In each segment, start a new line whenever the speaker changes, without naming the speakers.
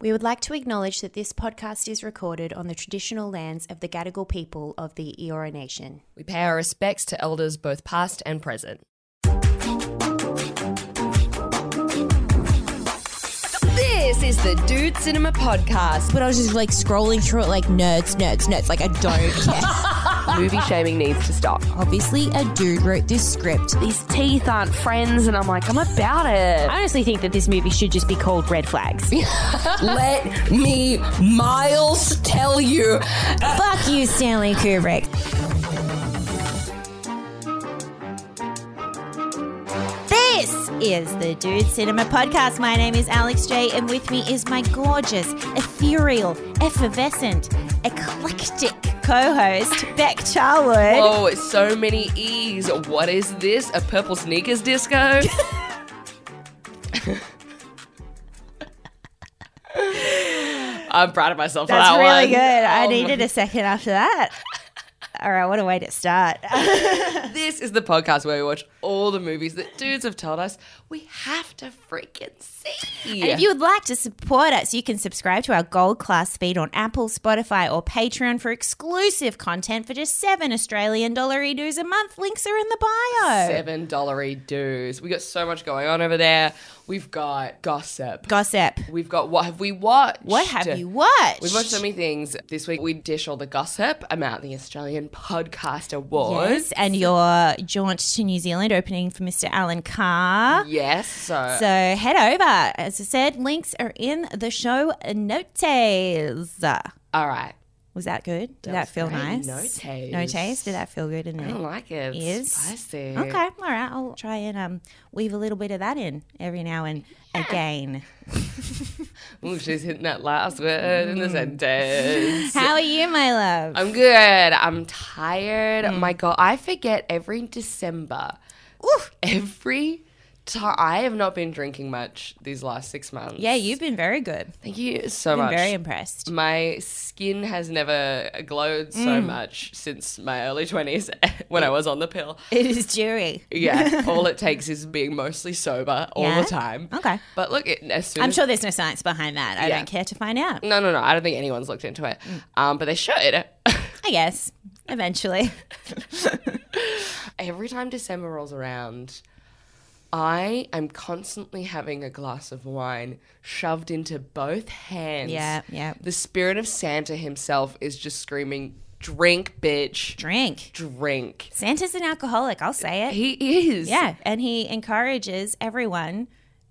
We would like to acknowledge that this podcast is recorded on the traditional lands of the Gadigal people of the Eora Nation.
We pay our respects to elders both past and present. This is the Dude Cinema Podcast.
but I was just like scrolling through it, like nerds, nerds, nerds. Like I don't care.
Movie shaming needs to stop.
Obviously, a dude wrote this script.
these teeth aren't friends, and I'm like, I'm about it.
I honestly think that this movie should just be called Red Flags.
Let me, Miles, tell you.
Fuck you, Stanley Kubrick. This is the Dude Cinema Podcast. My name is Alex J, and with me is my gorgeous, ethereal, effervescent, eclectic co-host Beck Charwood.
Oh, so many E's. What is this? A purple sneakers disco? I'm proud of myself
That's
for that
really
one.
good. I
Oh my
needed a second after that. All right, what a way to start.
This is the podcast where we watch all the movies that dudes have told us we have to freaking see.
And if you would like to support us, you can subscribe to our Gold Class feed on Apple, Spotify, or Patreon for exclusive content for just seven Australian dollar dues a month. Links are in the bio.
Seven dollary dues. We got so much going on over there. We've got gossip.
Gossip.
We've got what have we watched?
What have you watched?
We've watched so many things this week. We dish all the gossip about the Australian Podcast Awards.
Yes, and your jaunt to New Zealand opening for Mr. Alan Carr.
Yes. So,
So head over. As I said, links are in the show notes.
all right.
Was that good? Did that, feel
great.
nice?
Notes.
No taste. Did that feel good in
I
there?
don't like it. It's
Is.
spicy.
Okay, all right. I'll try and um, weave a little bit of that in every now and again.
Ooh, she's hitting that last word in the sentence.
How are you, my love?
I'm good. I'm tired.
Hmm.
My God, I forget every December. Every time. I have not been drinking much these last six months.
yeah, you've been very good.
Thank you so
I've been
much.
very impressed.
my skin has never glowed so
Mm.
much since my early 20s when I was on the pill.
It is jury.
Yeah, all it takes is being mostly sober all
Yeah?
the time.
Okay.
But look, it, as soon
I'm
as
sure there's no science behind that. I
Yeah.
don't care to find out.
No, no, no. I don't think anyone's looked into it.
Mm.
Um, but they should.
I guess eventually.
Every time December rolls around, I am constantly having a glass of wine shoved into both hands.
Yeah, yeah.
The spirit of Santa himself is just screaming, drink, bitch,
Drink.
drink.
Santa's an alcoholic. I'll say it.
He is.
Yeah, and he encourages everyone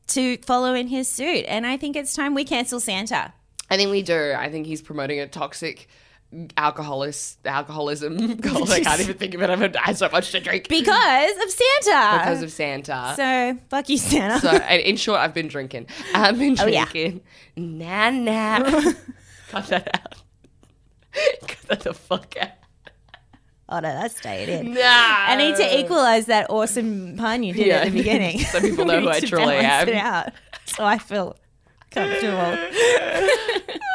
to follow in his suit. And I think it's time we cancel Santa.
I think we do. I think he's promoting a toxic alcoholis, alcoholism. God, I can't even think of it. I've had so much to drink
Because of Santa.
because of Santa.
so fuck you, Santa.
So I- in short, I've been drinking. I've been
Oh, yeah.
drinking. Nah, nah. Cut that out. Cut that the fuck out.
oh no, that's stayed in.
Nah.
I need to equalize that awesome pun you did at
Um, Yeah.
the beginning.
So people know
We
who
need
I
to
truly
balance It
am.
out. So I feel comfortable.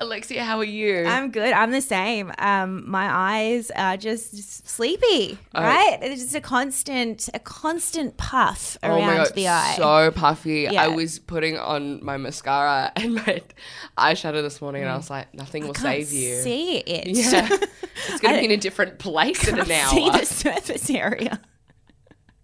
Alexia, how are you?
I'm good. I'm the same. Um, my eyes are just sleepy,
Oh.
right? It's just a constant, a constant puff around the eye.
Oh so puffy.
Yeah.
I was putting on my mascara and my eyeshadow this morning, and I was like, nothing will
Can't
save you.
See it.
Yeah. it's going
I
to be in a different place in an
Can't
hour.
See the surface area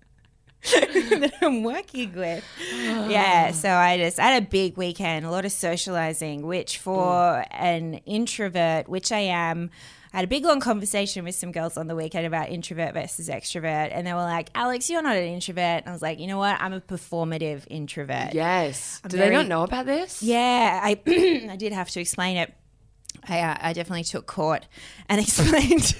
that I'm working with. Yeah, so I just I had a big weekend, a lot of socializing, which for an introvert, which I am. I had a big long conversation with some girls on the weekend about introvert versus extrovert, and they were like, "Alex, you're not an introvert." And I was like, "You know what? I'm a performative introvert."
Yes. Do they
very-
not know about this?
Yeah, I I did have to explain it. I, uh, I definitely took court and explained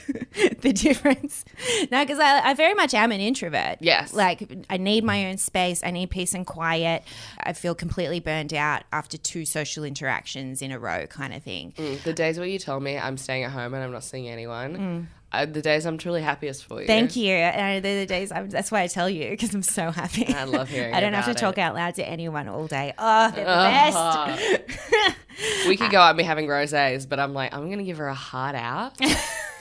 the difference. No, because I, I very much am an introvert.
Yes.
Like, I need my own space. I need peace and quiet. I feel completely burned out after two social interactions in a row, kind of thing.
Mm, The days where you tell me I'm staying at home and I'm not seeing anyone, are the days I'm truly happiest for you.
Mm. Thank you. And they're the days I'm, that's why I tell you because I'm so happy.
I love hearing
I don't have to
about
talk
it.
out loud to anyone all day. Oh, they're the best.
Uh-huh. We could go out and be having rosés, but I'm like, I'm gonna give her a heart out.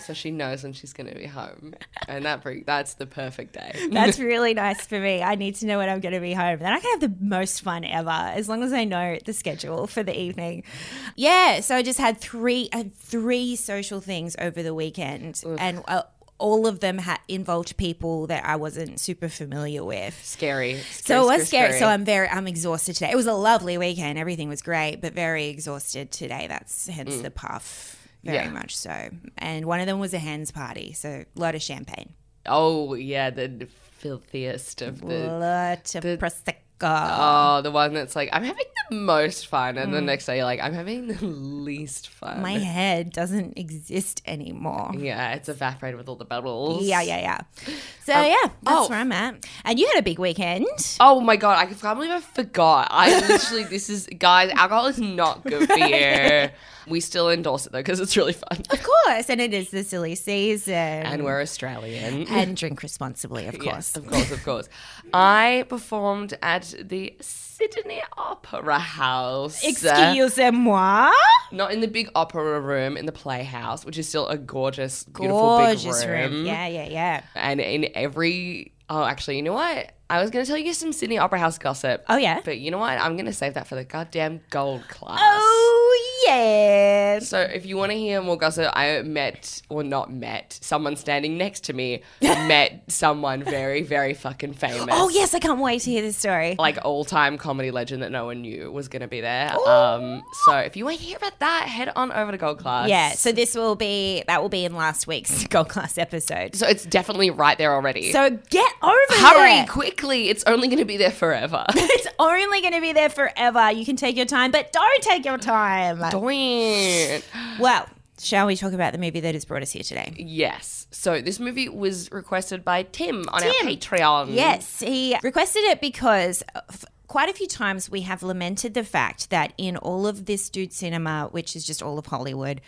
so she knows when she's going to be home, and that bring, that's the perfect day.
That's really nice for me. I need to know when I'm going to be home. Then I can have the most fun ever, as long as I know the schedule for the evening. Yeah, so I just had three I had three social things over the weekend, and uh, all of them ha- involved people that I wasn't super familiar with.
Scary.
So it was scary. So I'm very I'm exhausted today. It was a lovely weekend. Everything was great, but very exhausted today. That's hence the puff. Very
Yeah.
much so. And one of them was a hens party, so a lot of champagne.
oh yeah, the filthiest of the.
lot of prosecco.
Oh, the one that's like I'm having the most fun, and the next day you're like I'm having the least fun.
Mm. My head doesn't exist anymore.
yeah, it's evaporated with all the bubbles.
Yeah, yeah, yeah. So yeah, that's
oh.
where I'm at. And you had a big weekend.
Oh my god, I can't believe I forgot. I literally, this is guys, alcohol is not good for you. we still endorse it though because it's really fun,
Of course, and it is the silly season.
and
And,
we're Australian.
drink responsibly, of
Yes,
course.
of course, of course. I performed at the Sydney Opera House.
Excuse moi.
Not in the big opera room in the Playhouse, which is still a gorgeous, beautiful
Gorgeous
big
room. Yeah, yeah, yeah.
And in every oh, actually, you know what? I was going to tell you some Sydney Opera House gossip.
Oh, yeah?
But you know what? I'm going to save that for the goddamn gold class.
Oh yeah.
So if you want to hear more gossip, I met or not met someone standing next to me met someone very very fucking famous.
Oh yes, I can't wait to hear this story.
Like all time comedy legend that no one knew was gonna be there. Um, so if you want to hear about that, head on over to Gold Class.
Yeah, so this will be that will be in last week's gold class episode.
So it's definitely right there already.
So get over
hurry
there.
quickly! It's only gonna be there forever.
It's only going to be there forever. You can take your time, but don't take your time.
Doink.
Well, shall we talk about the movie that has brought us here today?
Yes. So this movie was requested by Tim on
Tim.
our Patreon.
Yes, he requested it because f- quite a few times we have lamented the fact that in all of this dude cinema, which is just all of Hollywood,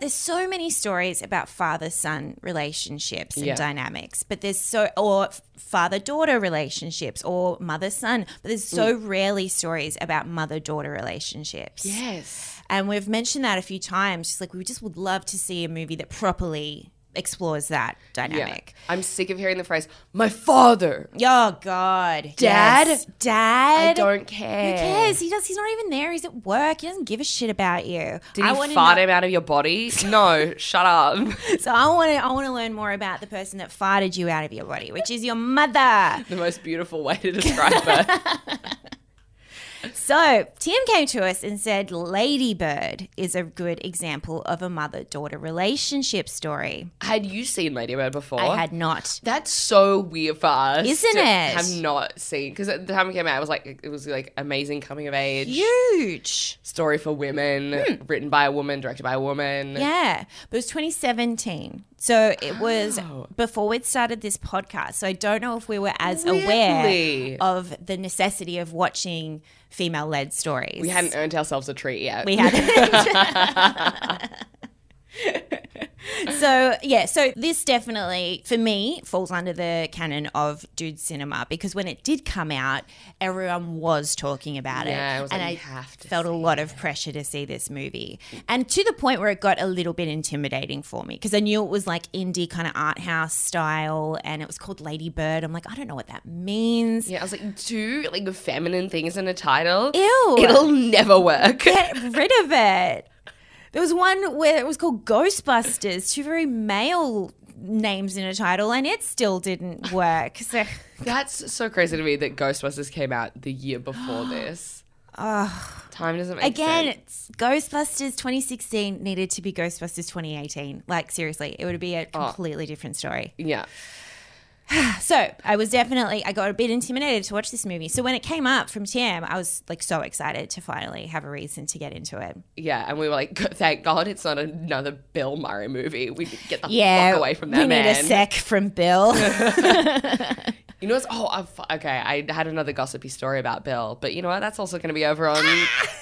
there's so many stories about father son relationships and
Yeah.
dynamics, but there's so, or father daughter relationships or mother son, but there's so rarely stories about mother daughter relationships.
Yes.
And we've mentioned that a few times. Just like we just would love to see a movie that properly explores that
Yeah.
dynamic.
I'm sick of hearing the phrase "my father."
Oh God,
Dad?
Yes. Dad,
I don't care.
Who cares? He does. He's not even there. He's at work. He doesn't give a shit about you.
Did
I
you
wanna
fart
know-
him out of your body? No, shut up.
So I want to. I want to learn more about the person that farted you out of your body, which is your mother.
The most beautiful way to describe it.
So Tim came to us and said, "Ladybird is a good example of a mother-daughter relationship story."
Had you seen Ladybird before?
I had not.
That's so weird for us,
Isn't
to
it?
Have not seen because at the time it came out, it was like it was like amazing coming of age
Huge.
story for women,
Hmm.
written by a woman, directed by a woman.
Yeah, but it was 2017. So it was before we'd started this podcast. So I don't know if we were as aware
Really?
of the necessity of watching female led stories.
We hadn't earned ourselves a treat yet.
We hadn't. so, yeah, so this definitely, for me, falls under the canon of dude cinema because when it did come out, everyone was talking about
Yeah,
it.
it was
and
like,
I
"You have to
felt a lot of pressure to see this movie. And to the point where it got a little bit intimidating for me because I knew it was like indie kind of art house style and it was called Ladybird. I'm like, I don't know what that means.
Yeah, I was like, two like feminine things in a title.
Ew.
It'll never work.
get rid of it. There was one where it was called Ghostbusters, two very male names in a title, and it still didn't work. So,
That's so crazy to me that Ghostbusters came out the year before this. Time doesn't make
again, it's
sense.
Ghostbusters 2016 needed to be Ghostbusters 2018. Like, seriously, it would be a completely different story.
Yeah.
So, I was definitely, I got a bit intimidated to watch this movie. So, when it came up from TM, I was like so excited to finally have a reason to get into it.
Yeah, and we were like, "Good- thank God it's not another Bill Murray movie. We need to get the
Yeah.
fuck away from that
we
man.
need a sec from Bill.
You know what's, oh, I've, okay, I had another gossipy story about Bill, but you know what? That's also going to be over on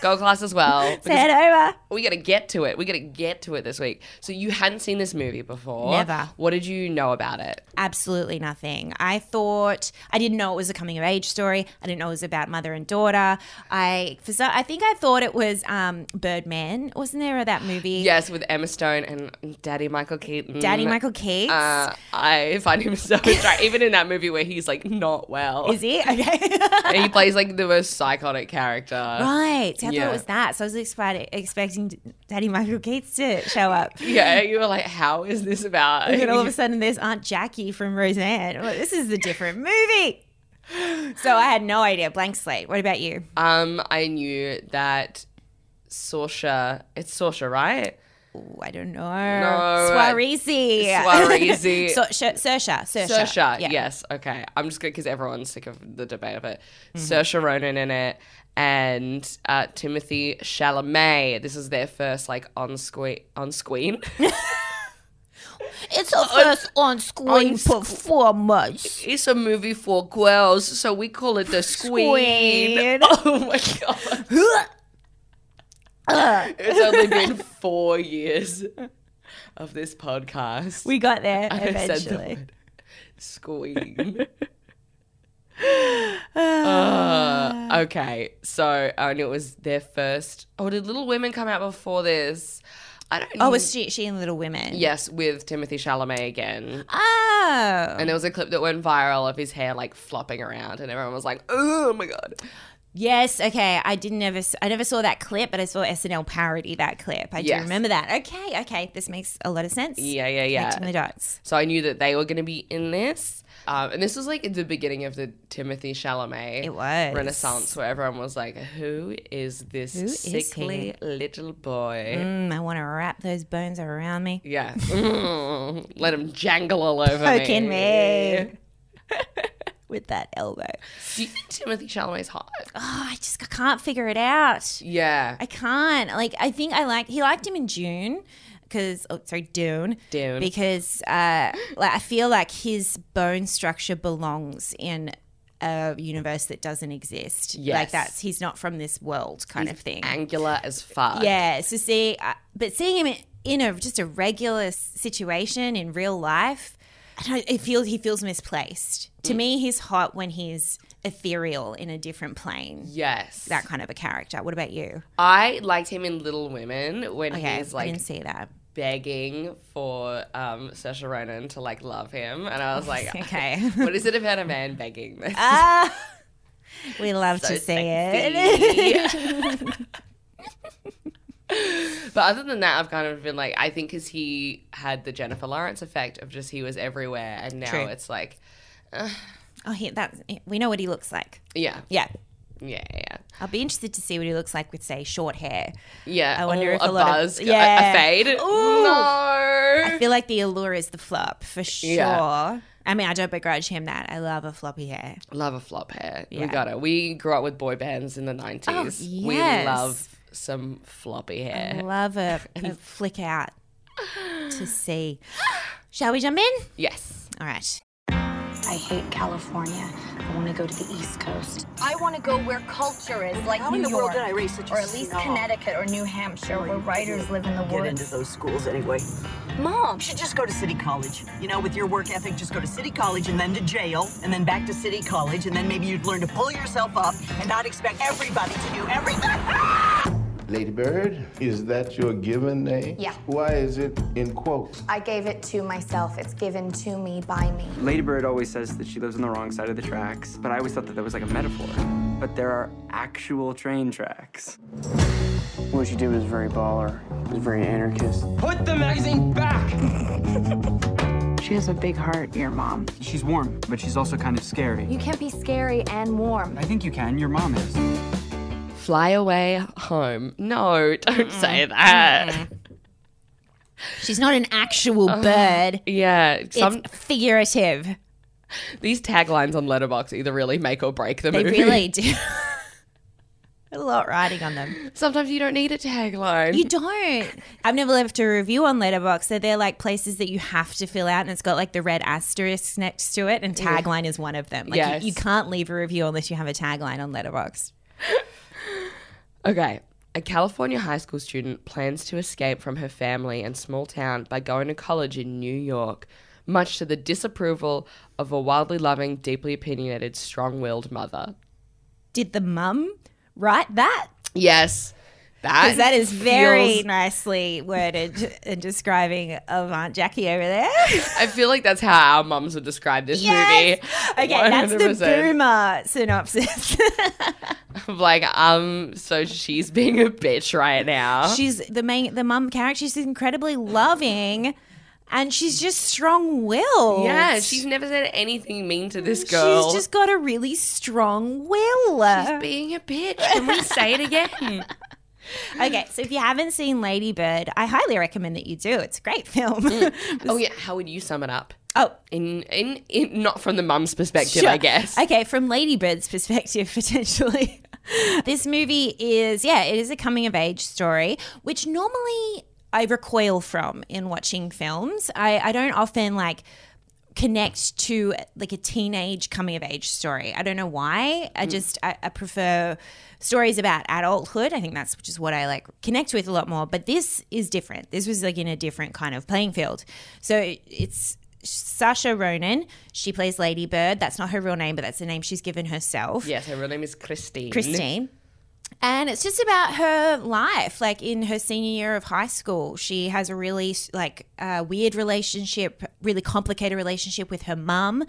Gold Class as well. because
Head over.
we got to get to it. We got to get to it this week. So you hadn't seen this movie before.
Never.
What did you know about it?
Absolutely nothing. I thought I didn't know it was a coming of age story. I didn't know it was about mother and daughter. I for so, I think I thought it was um, Birdman. Wasn't there that movie?
Yes, with Emma Stone and Daddy Michael Keaton.
Daddy Michael Keats.
Uh, I find him so attractive, even in that movie where he's like not well.
Is he okay?
And he plays like the most psychotic character.
Right. So I thought
Yeah.
it was that. So I was expect- expecting Daddy Michael Keats to show up.
Yeah, you were like, how is this about?
And then all of a sudden, there's Aunt Jackie from Roseanne. I'm like, this is a different movie. So I had no idea. Blank slate. What about you?
Um, I knew that Sorsha, it's Sorsha, right?
Ooh, I don't know.
I-
Swarisi.
Swarisi.
so, Sh- Sersha. Sersha.
Saoirse,
Yeah.
yes, okay. I'm just good because everyone's sick of the debate of it. Saoirse Ronan in it, and uh, Timothy Chalamet. This is their first like on screen, on screen,
It's her first on-screen performance.
it's a movie for girls, so we call it the Squeen.
Squeen.
Oh my god. it's only been four years of this podcast.
We got there
I said the
eventually.
word. Squeam.
Ah.
Uh, okay, so I knew it was their first. Oh, did Little Women come out before this? I don't.
Oh, was she, she in Little Women?
yes, with Timothy Chalamet again.
Oh.
And there was a clip that went viral of his hair like flopping around, and everyone was like, "Oh my god!"
Yes. Okay. I didn't ever. I never saw that clip, but I saw SNL parody that clip. I
Yes.
do remember that. Okay. Okay. This makes a lot of sense.
Yeah, yeah, yeah.
Connecting the dots.
So I knew that they were going to be in this. Um, and this was like the beginning of the Timothy Chalamet
It was.
renaissance where everyone was like, who is this
is he?"
sickly little boy?
Mm, I want to wrap those bones around me.
Yeah. Mm. Let him jangle all over
Poking
me.
me with that elbow.
Do you think Timothy Chalamet's hot?
Oh, I just I can't figure it out.
Yeah.
I can't. Like, I think I like. He liked him in June. Because oh sorry, Dune.
Dune.
Because uh, like I feel like his bone structure belongs in a universe that doesn't exist.
Yes.
Like that's he's not from this world kind of thing.
Angular as fuck.
Yeah. So see, I, but seeing him in, in a just a regular s- situation in real life, I don't, it feels he feels misplaced.
Mm.
To me, he's hot when he's ethereal in a different plane.
Yes.
That kind of a character. What about you?
I liked him in Little Women when
Okay,
he's
I
like
didn't see that.
begging for um, Saoirse Ronan to like love him. And I was like,
Okay.
what is it about a man begging?
Ah, we love to see it.
but other than that, I've kind of been like, I think because he had the Jennifer Lawrence effect of just he was everywhere, and now
True.
it's like,
Oh, he, that we know what he looks like.
yeah,
Yeah.
yeah, yeah,
I'll be interested to see what he looks like with, say, short hair.
yeah.
I wonder
Oh,
if
a,
a lot of-
buzz, a- a,
Yeah.
fade.
I
No,
feel like the allure is the flop for sure.
Yeah.
I mean, I don't begrudge him that. I love a floppy hair.
love a flop hair. We
Yeah. Oh,
got it. We grew up with boy bands in the nineties. We
yes. Mm-hmm.
love some floppy hair.
Love a, a flick out to see. Shall we jump in?
Yes.
All right.
I hate California. I want to go to the East Coast.
I want to go where culture is, like
How
New
in the
York,
world did I raise such
or
a
at least
snob?
Connecticut or New Hampshire, where writers live in the
Get into
woods.
those schools anyway.
Mom,
You should just go to city college. You know, with your work ethic, just go to city college and then to jail and then back to city college and then maybe you'd learn to pull yourself up and not expect everybody to do everything.
Ladybird, is that your given name?
Yeah.
Why is it in quotes?
I gave it to myself. It's given to me by me.
Ladybird always says that she lives on the wrong side of the tracks, but I always thought that that was like a metaphor. But there are actual train tracks.
What you do is very baller. It's very anarchist.
Put the magazine back!
She has a big heart, your mom.
She's warm, but she's also kind of scary.
You can't be scary and warm.
I think you can, your mom is.
Fly away home. No, don't say that.
She's not an actual bird.
Yeah, Uh-huh. some
It's figurative.
these taglines on Letterbox either really make or break the
They
movie.
really do. a lot writing on them.
Sometimes you don't need a tagline.
You don't. I've never left a review on Letterboxd. So they're like places that you have to fill out, and it's got like the red asterisk next to it, and tagline is one of them. Like
Yes.
you, you can't leave a review unless you have a tagline on Letterboxd.
Okay. A California high school student plans to escape from her family and small town by going to college in New York, much to the disapproval of a wildly loving, deeply opinionated, strong willed mother.
Did the mum write that?
Yes. That,
Because that is very
feels-
nicely worded and describing of Aunt Jackie over there.
I feel like that's how our mums would describe this
Yes!
movie.
Okay, that's the
100%.
boomer synopsis.
I'm like, um, so she's being a bitch right now.
she's the main the mum character. She's incredibly loving, and she's just strong willed.
yeah, she's never said anything mean to this
She's
girl.
just got a really strong will.
She's being a bitch. Can we say it again?
okay, so if you haven't seen Lady Bird, I highly recommend that you do. It's a great film. Mm.
oh yeah, how would you sum it up?
Oh,
in in, in not from the mum's perspective, I
Sure.
guess.
Okay, from Ladybird's perspective, potentially. this movie is, yeah, it is a coming of age story, which normally I recoil from in watching films. I, I don't often like connect to like a teenage coming of age story. I don't know why.
Hmm.
I just, I, I prefer stories about adulthood. I think that's just what I like connect with a lot more. But this is different. This was like in a different kind of playing field. So it's, Sasha Ronan. She plays Lady Bird. That's not her real name, but that's the name she's given herself.
Yes, her real name is Christine.
Christine. And it's just about her life. Like in her senior year of high school, she has a really like uh, weird relationship, really complicated relationship with her mum,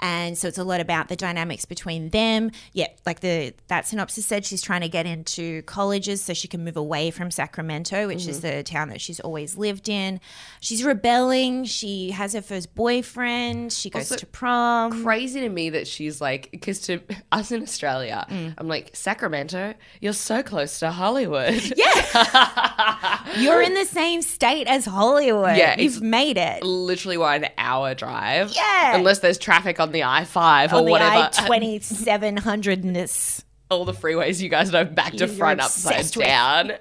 and so it's a lot about the dynamics between them. Yeah, like the that synopsis said, she's trying to get into colleges so she can move away from Sacramento, which is
Mm-hmm.
the town that she's always lived in. She's rebelling. She has her first boyfriend. She goes
Also-
to prom.
Crazy to me that she's like, because to us in Australia,
Mm.
I'm like Sacramento. You're so close to Hollywood. Yeah,
You're in the same state as Hollywood.
Yeah, it's-
you've made it.
literally what an hour drive.
Yeah.
unless there's traffic on the I five or
on the
whatever.
I twenty seven hundredness.
All the freeways you guys know, back to
You're
front, upside
obsessed with.
down.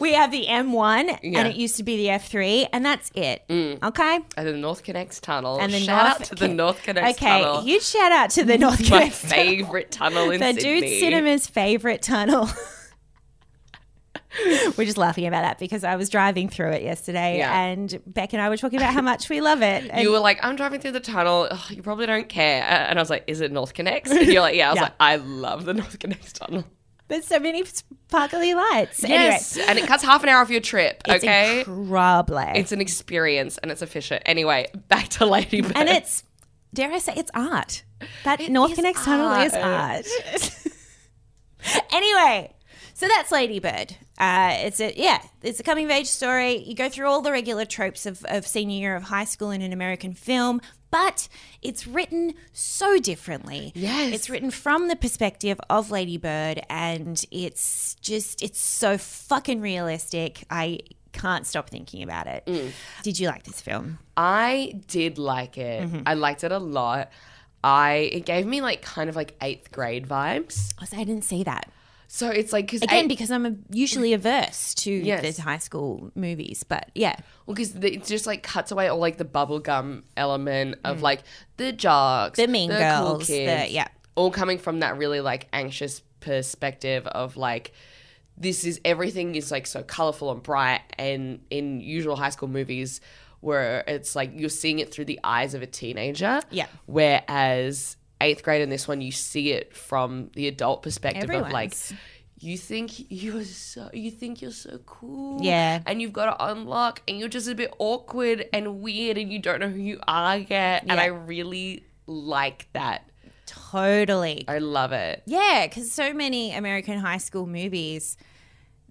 We have the M one,
Yeah.
and it used to be the F three, and that's it. Okay.
And the North Connects Tunnel.
And the
shout out
North
to the
Con-
North Connects
Okay,
Tunnel.
huge shout out to the North
my
Connect.
favorite tunnel in
The
Sydney.
dude cinema's favorite tunnel. we're just laughing about that because I was driving through it yesterday,
Yeah.
and Beck and I were talking about how much we love it. And
you were like, I'm driving through the tunnel. Ugh, you probably don't care. A- And I was like, Is it North Connects? And you're like, Yeah. I was
Yeah.
like, I love the North Connects tunnel.
there's so many sparkly lights.
Yes. And it cuts half an hour of your trip.
Anyway, it's
okay.
incredible.
It's an experience and it's efficient. Anyway, back to Ladybird.
and it's dare I say it's art. That North Connects tunnel is art. anyway, so that's Ladybird. Uh, it's a yeah, it's a coming of age story. You go through all the regular tropes of, of senior year of high school in an American film, but it's written so differently.
Yes.
it's written from the perspective of Ladybird, and it's just it's so fucking realistic. I can't stop thinking about it. Did you like this film?
I did like it.
Mm-hmm.
I liked it a lot. I it gave me like kind of like eighth grade vibes.
I didn't see that.
So it's like because
again because I'm a- usually averse to
Yes.
the high school movies, but yeah,
Well, because it just like cuts away all like the bubblegum element of like the jocks,
Mm. the Mean
cool
Girls, the
kids,
yeah,
all coming from that really like anxious perspective of like this is everything is like so colorful and bright, and in usual high school movies where it's like you're seeing it through the eyes of a teenager,
Yeah.
Whereas eighth grade in this one, you see it from the adult perspective of like
Everyone's.
you think you are so you think you're so cool
Yeah.
and you've got to unlock and you're just a bit awkward and weird and you don't know who you are yet and
Yeah.
i really like that
totally,
i love it
yeah, because so many American high school movies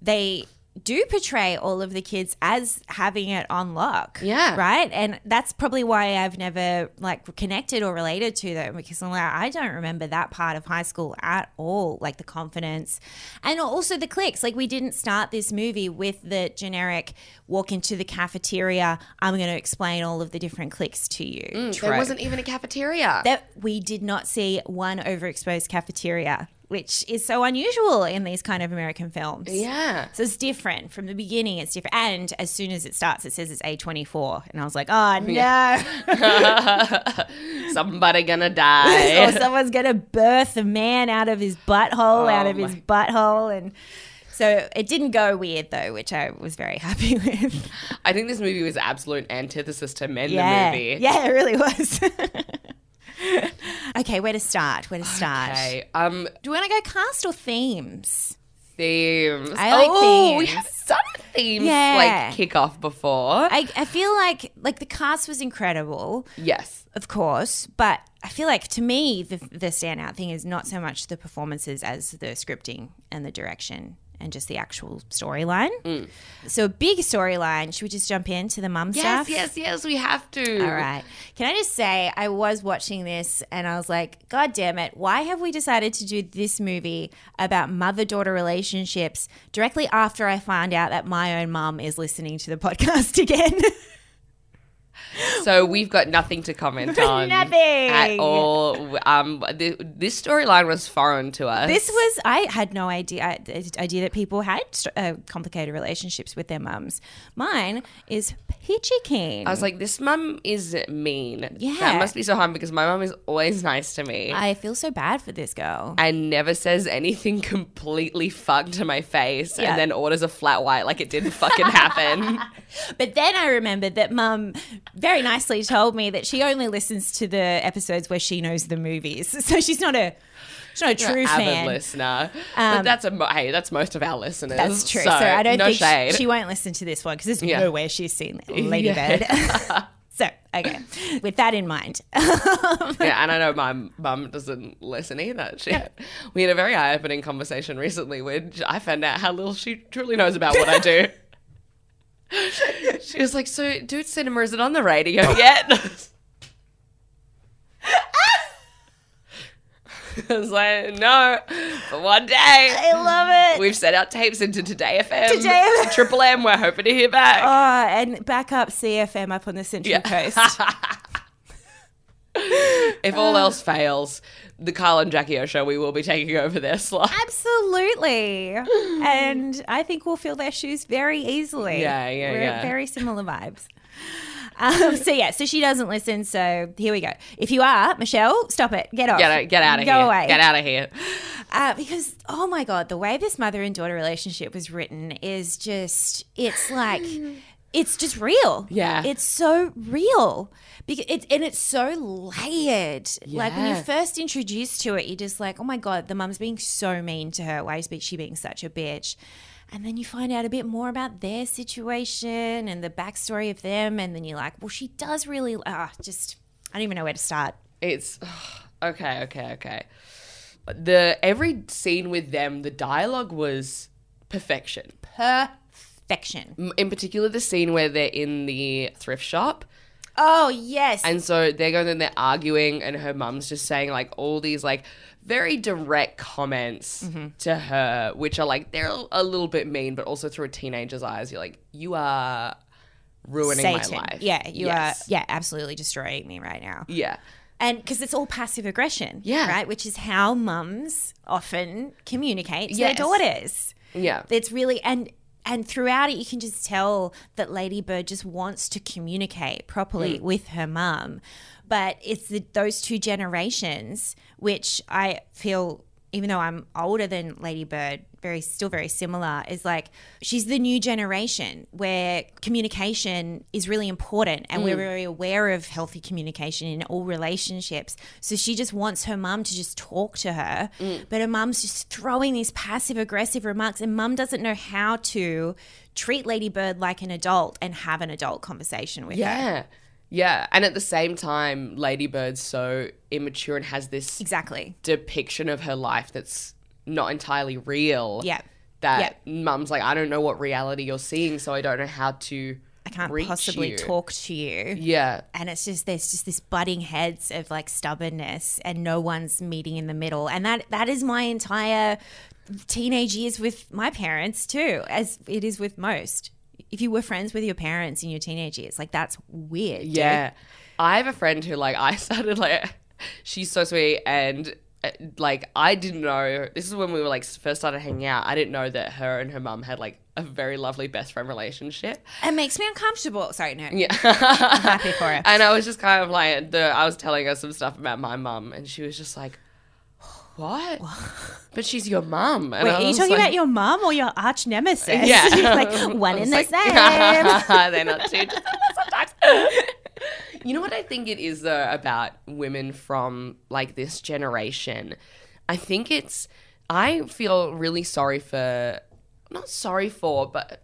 they do portray all of the kids as having it on lock,
Yeah.
right, and that's probably why I've never like connected or related to them because I'm like I don't remember that part of high school at all, like the confidence and also the clicks. Like we didn't start this movie with the generic walk into the cafeteria. I'm going to explain all of the different clicks to you.
there wasn't even a cafeteria
that we did not see one overexposed cafeteria. which is so unusual in these kind of American films.
Yeah.
So it's different from the beginning. It's different. And as soon as it starts, it says it's A24. And I was like, oh, no.
Somebody gonna die.
or someone's going to birth a man out of his butthole,
Oh,
out of his
my-
butthole. And so it didn't go weird, though, which I was very happy with.
I think this movie was absolute antithesis to men.
yeah.
The movie.
Yeah, it really was. okay, where to start? Where to start?
Okay. Um.
Do we want to go cast or themes?
Themes.
I like
oh, we
themes.
haven't done a themes
Yeah.
like kickoff before.
I, I feel like like the cast was incredible,
yes.
of course, but I feel like to me the the standout thing is not so much the performances as the scripting and the direction and just the actual storyline. So a big storyline. Should we just jump into the mum
Mm. Yes,
stuff?
yes, yes. We have to.
All right. Can I just say, I was watching this and I was like, God damn it. Why have we decided to do this movie about mother daughter relationships directly after I found out that my own mum is listening to the podcast again?
So we've got nothing to comment on.
Nothing.
at all. Um. Th- this storyline was foreign to us.
this was, I had no idea, I- the idea that people had uh, complicated relationships with their mums. Mine is peachy keen.
I was like, this mum is mean.
Yeah.
That must be so hard because my mum is always nice to me.
I feel so bad for this girl.
and never says anything completely fucked to my face
Yeah.
and then orders a flat white like it didn't fucking happen.
But then I remembered that mum very nicely told me that she only listens to the episodes where she knows the movies. So she's not a she's not a
You're an
true
avid
fan.
listener. but
Um,
that's a mo- hey, that's most of our listeners.
That's true. So, I don't
no
think she-
shade.
She, won't listen to this one because there's
Yeah.
no way she's seen
Yeah.
Ladybird. so, okay. With that in mind.
yeah, and I know my mum doesn't listen either. She, we had a very eye-opening conversation recently where I found out how little she truly knows about what I do. she was like, "So, dude, cinema is it on the radio
Oh.
yet?" I was like, "No, but one day." I
love it.
We've sent out tapes into Today FM,
Today FM.
Triple M. We're hoping to hear back.
Oh, and back up CFM up on the Central Coast. Oh.
if
Uh.
all else fails, the Carl and Jackie O show, we will be taking over their slot.
Absolutely. and I think we'll fill their shoes very easily.
Yeah, yeah,
We're
yeah.
very similar vibes. Um, so yeah, so she doesn't listen. So here we go. If you are Michelle, stop it. Get off.
Get out, get out of
Go
here.
away.
Get out of here.
Uh, because oh my god, the way this mother and daughter relationship was written is just it's like it's just real.
Yeah.
it's so real. Because it's and it's so layered. Like when
Yeah.
you're first introduced to it, you're just like, oh my god, the mum's being so mean to her. Why is she being such a bitch? And then you find out a bit more about their situation and the backstory of them, and then you're like, well, she does really. ah, just I don't even know where to start.
It's okay, okay, okay. The every scene with them, the dialogue was perfection.
Perfection.
M- In particular, the scene where they're in the thrift shop.
Oh yes.
And so they're going and they're arguing, and her mum's just saying like all these like very direct comments
Mm-hmm.
to her, which are like they're a little bit mean, but also through a teenager's eyes, you're like, you are ruining
Satan.
my life.
Yeah, you
Yes.
are. Yeah, absolutely destroying me right now.
Yeah.
And because it's all passive aggression.
Yeah.
Right? Which is how mums often communicate to
Yes.
their daughters.
Yeah.
It's really, and, and throughout it, you can just tell that Ladybird just wants to communicate
Mm.
properly with her mum. But it's the, those two generations, which I feel, even though I'm older than Ladybird, very still very similar, is like she's the new generation where communication is really important and
Mm.
we're very aware of healthy communication in all relationships. So she just wants her mum to just talk to her,
Mm.
but her mum's just throwing these passive aggressive remarks, and mum doesn't know how to treat Ladybird like an adult and have an adult conversation with her.
Yeah. Yeah. And at the same time, Ladybird's so immature and has this
Exactly.
depiction of her life that's not entirely real.
Yeah.
That mum's like, I don't know what reality you're seeing, so I don't know how to
I can't
reach
possibly
you."
talk to you.
Yeah.
and it's just there's just this butting heads of like stubbornness and no one's meeting in the middle and that that is my entire teenage years with my parents too as it is with most if you were friends with your parents in your teenage years like that's weird dude.
Yeah. I have a friend who like I started like she's so sweet and uh, like I didn't know. This is when we were like first started hanging out. I didn't know that her and her mum had like a very lovely best friend relationship.
It makes me uncomfortable. Sorry, no.
Yeah.
happy for her.
And I was just kind of like, the, I was telling her some stuff about my mum, and she was just like, "What? But she's your mum."
Wait, are you talking about your mum or your arch nemesis?
Yeah.
like one
I
in
was
the
like,
same.
They're not two. Sometimes. you know what I think it is though about women from like this generation. I think it's. I feel really sorry for, not sorry for, but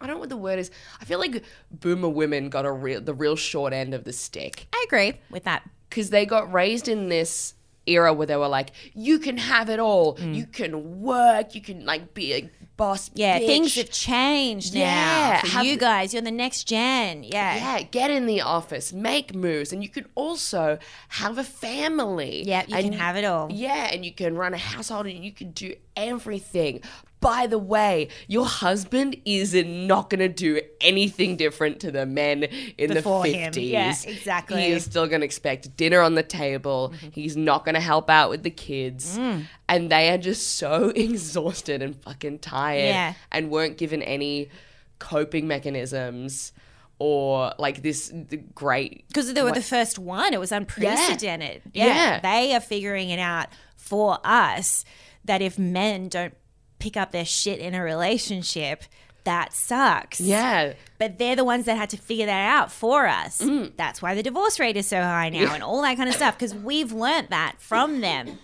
I don't know what the word is. I feel like boomer women got a real the real short end of the stick
I agree with that.
because they got raised in this era where they were like, you can have it all, you can work, you can like be a boss.
Yeah,
bitch.
things have changed
Yeah,
now. For
have-
you guys, you're the next gen. Yeah.
Yeah, get in the office, make moves, and you can also have a family.
Yeah, you
and
can have it all.
Yeah, and you can run a household and you can do everything. By the way, your husband is not going to do anything different to the men in
Before
the
him.
50s.
Yeah, exactly. Mm-hmm.
He is still going to expect dinner on the table. He's not going to help out with the kids.
Mm.
And they are just so exhausted and fucking tired
Yeah.
and weren't given any coping mechanisms or like this the great
Because they were the first one. It was unprecedented. Yeah.
Yeah.
They are figuring it out for us that if men don't pick up their shit in a relationship, that sucks.
yeah
But they're the ones that had to figure that out for us. That's why the divorce rate is so high now and all that kind of stuff because we've learnt that from them.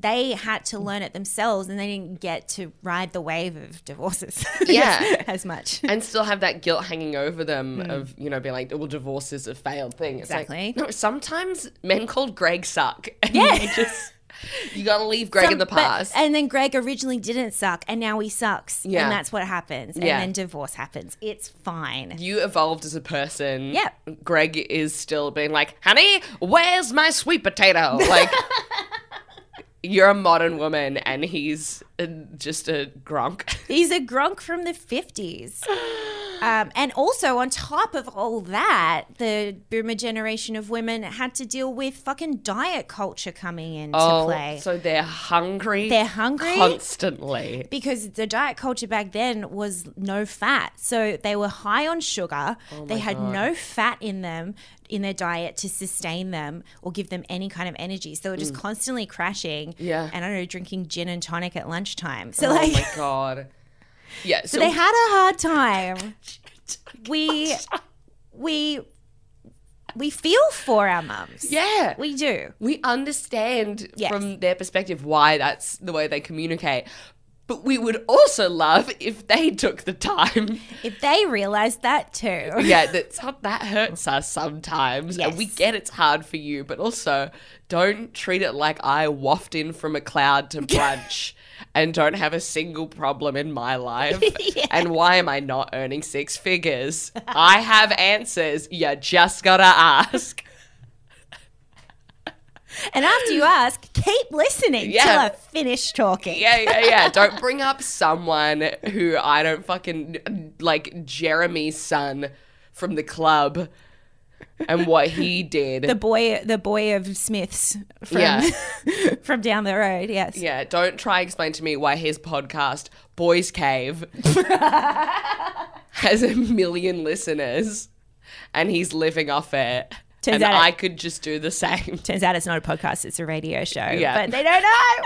They had to learn it themselves and they didn't get to ride the wave of divorces.
Yeah.
as much.
and still have that guilt hanging over them of you know being like well divorce is a failed thing it's
Hmm. Exactly.
like, no sometimes men called greg suck and you just you gotta leave greg in the
Some- but-
past
and then Greg originally didn't suck, and now he sucks.
Yeah.
And that's what happens. And
Yeah.
then divorce happens. It's fine.
you evolved as a person.
Yep.
Greg is still being like, honey, where's my sweet potato? Like, you're a modern woman and he's uh, just a grunk.
He's a grunk from the 50s. Um, and also, on top of all that, the boomer generation of women had to deal with fucking diet culture coming into play.
Oh, so they're hungry.
They're hungry?
constantly.
because the diet culture back then was no fat. So they were high on sugar.
Oh
they had no fat in them in their diet to sustain them or give them any kind of energy. So they were just constantly crashing.
Mm. Yeah.
And I don't know, drinking gin and tonic at lunchtime. So
Oh
like
my god. Yeah. So,
so they had a hard time. we we we feel for our mums.
yeah.
We do.
we understand
Yes.
from their perspective why that's the way they communicate. But we would also love if they took the time
If they realized that too.
yeah, that some- that hurts us sometimes, and we
Yes.
get it's hard for you, but also don't treat it like I waft in from a cloud to brunch and don't have a single problem in my life. And why am I not earning six figures? I have answers. You just gotta ask.
And after you ask, keep listening
Yeah.
till I finish talking.
Yeah, yeah, yeah. Don't bring up someone who I don't fucking like Jeremy's son from the club and what he did.
the boy the boy of Smith's from
Yeah.
from down the road, yes.
Yeah, don't try explain to me why his podcast Boys Cave has a million listeners and he's living off it.
Turns
and
out it-
I could just do the same.
Turns out it's not a podcast, it's a radio show.
Yeah.
But they don't know.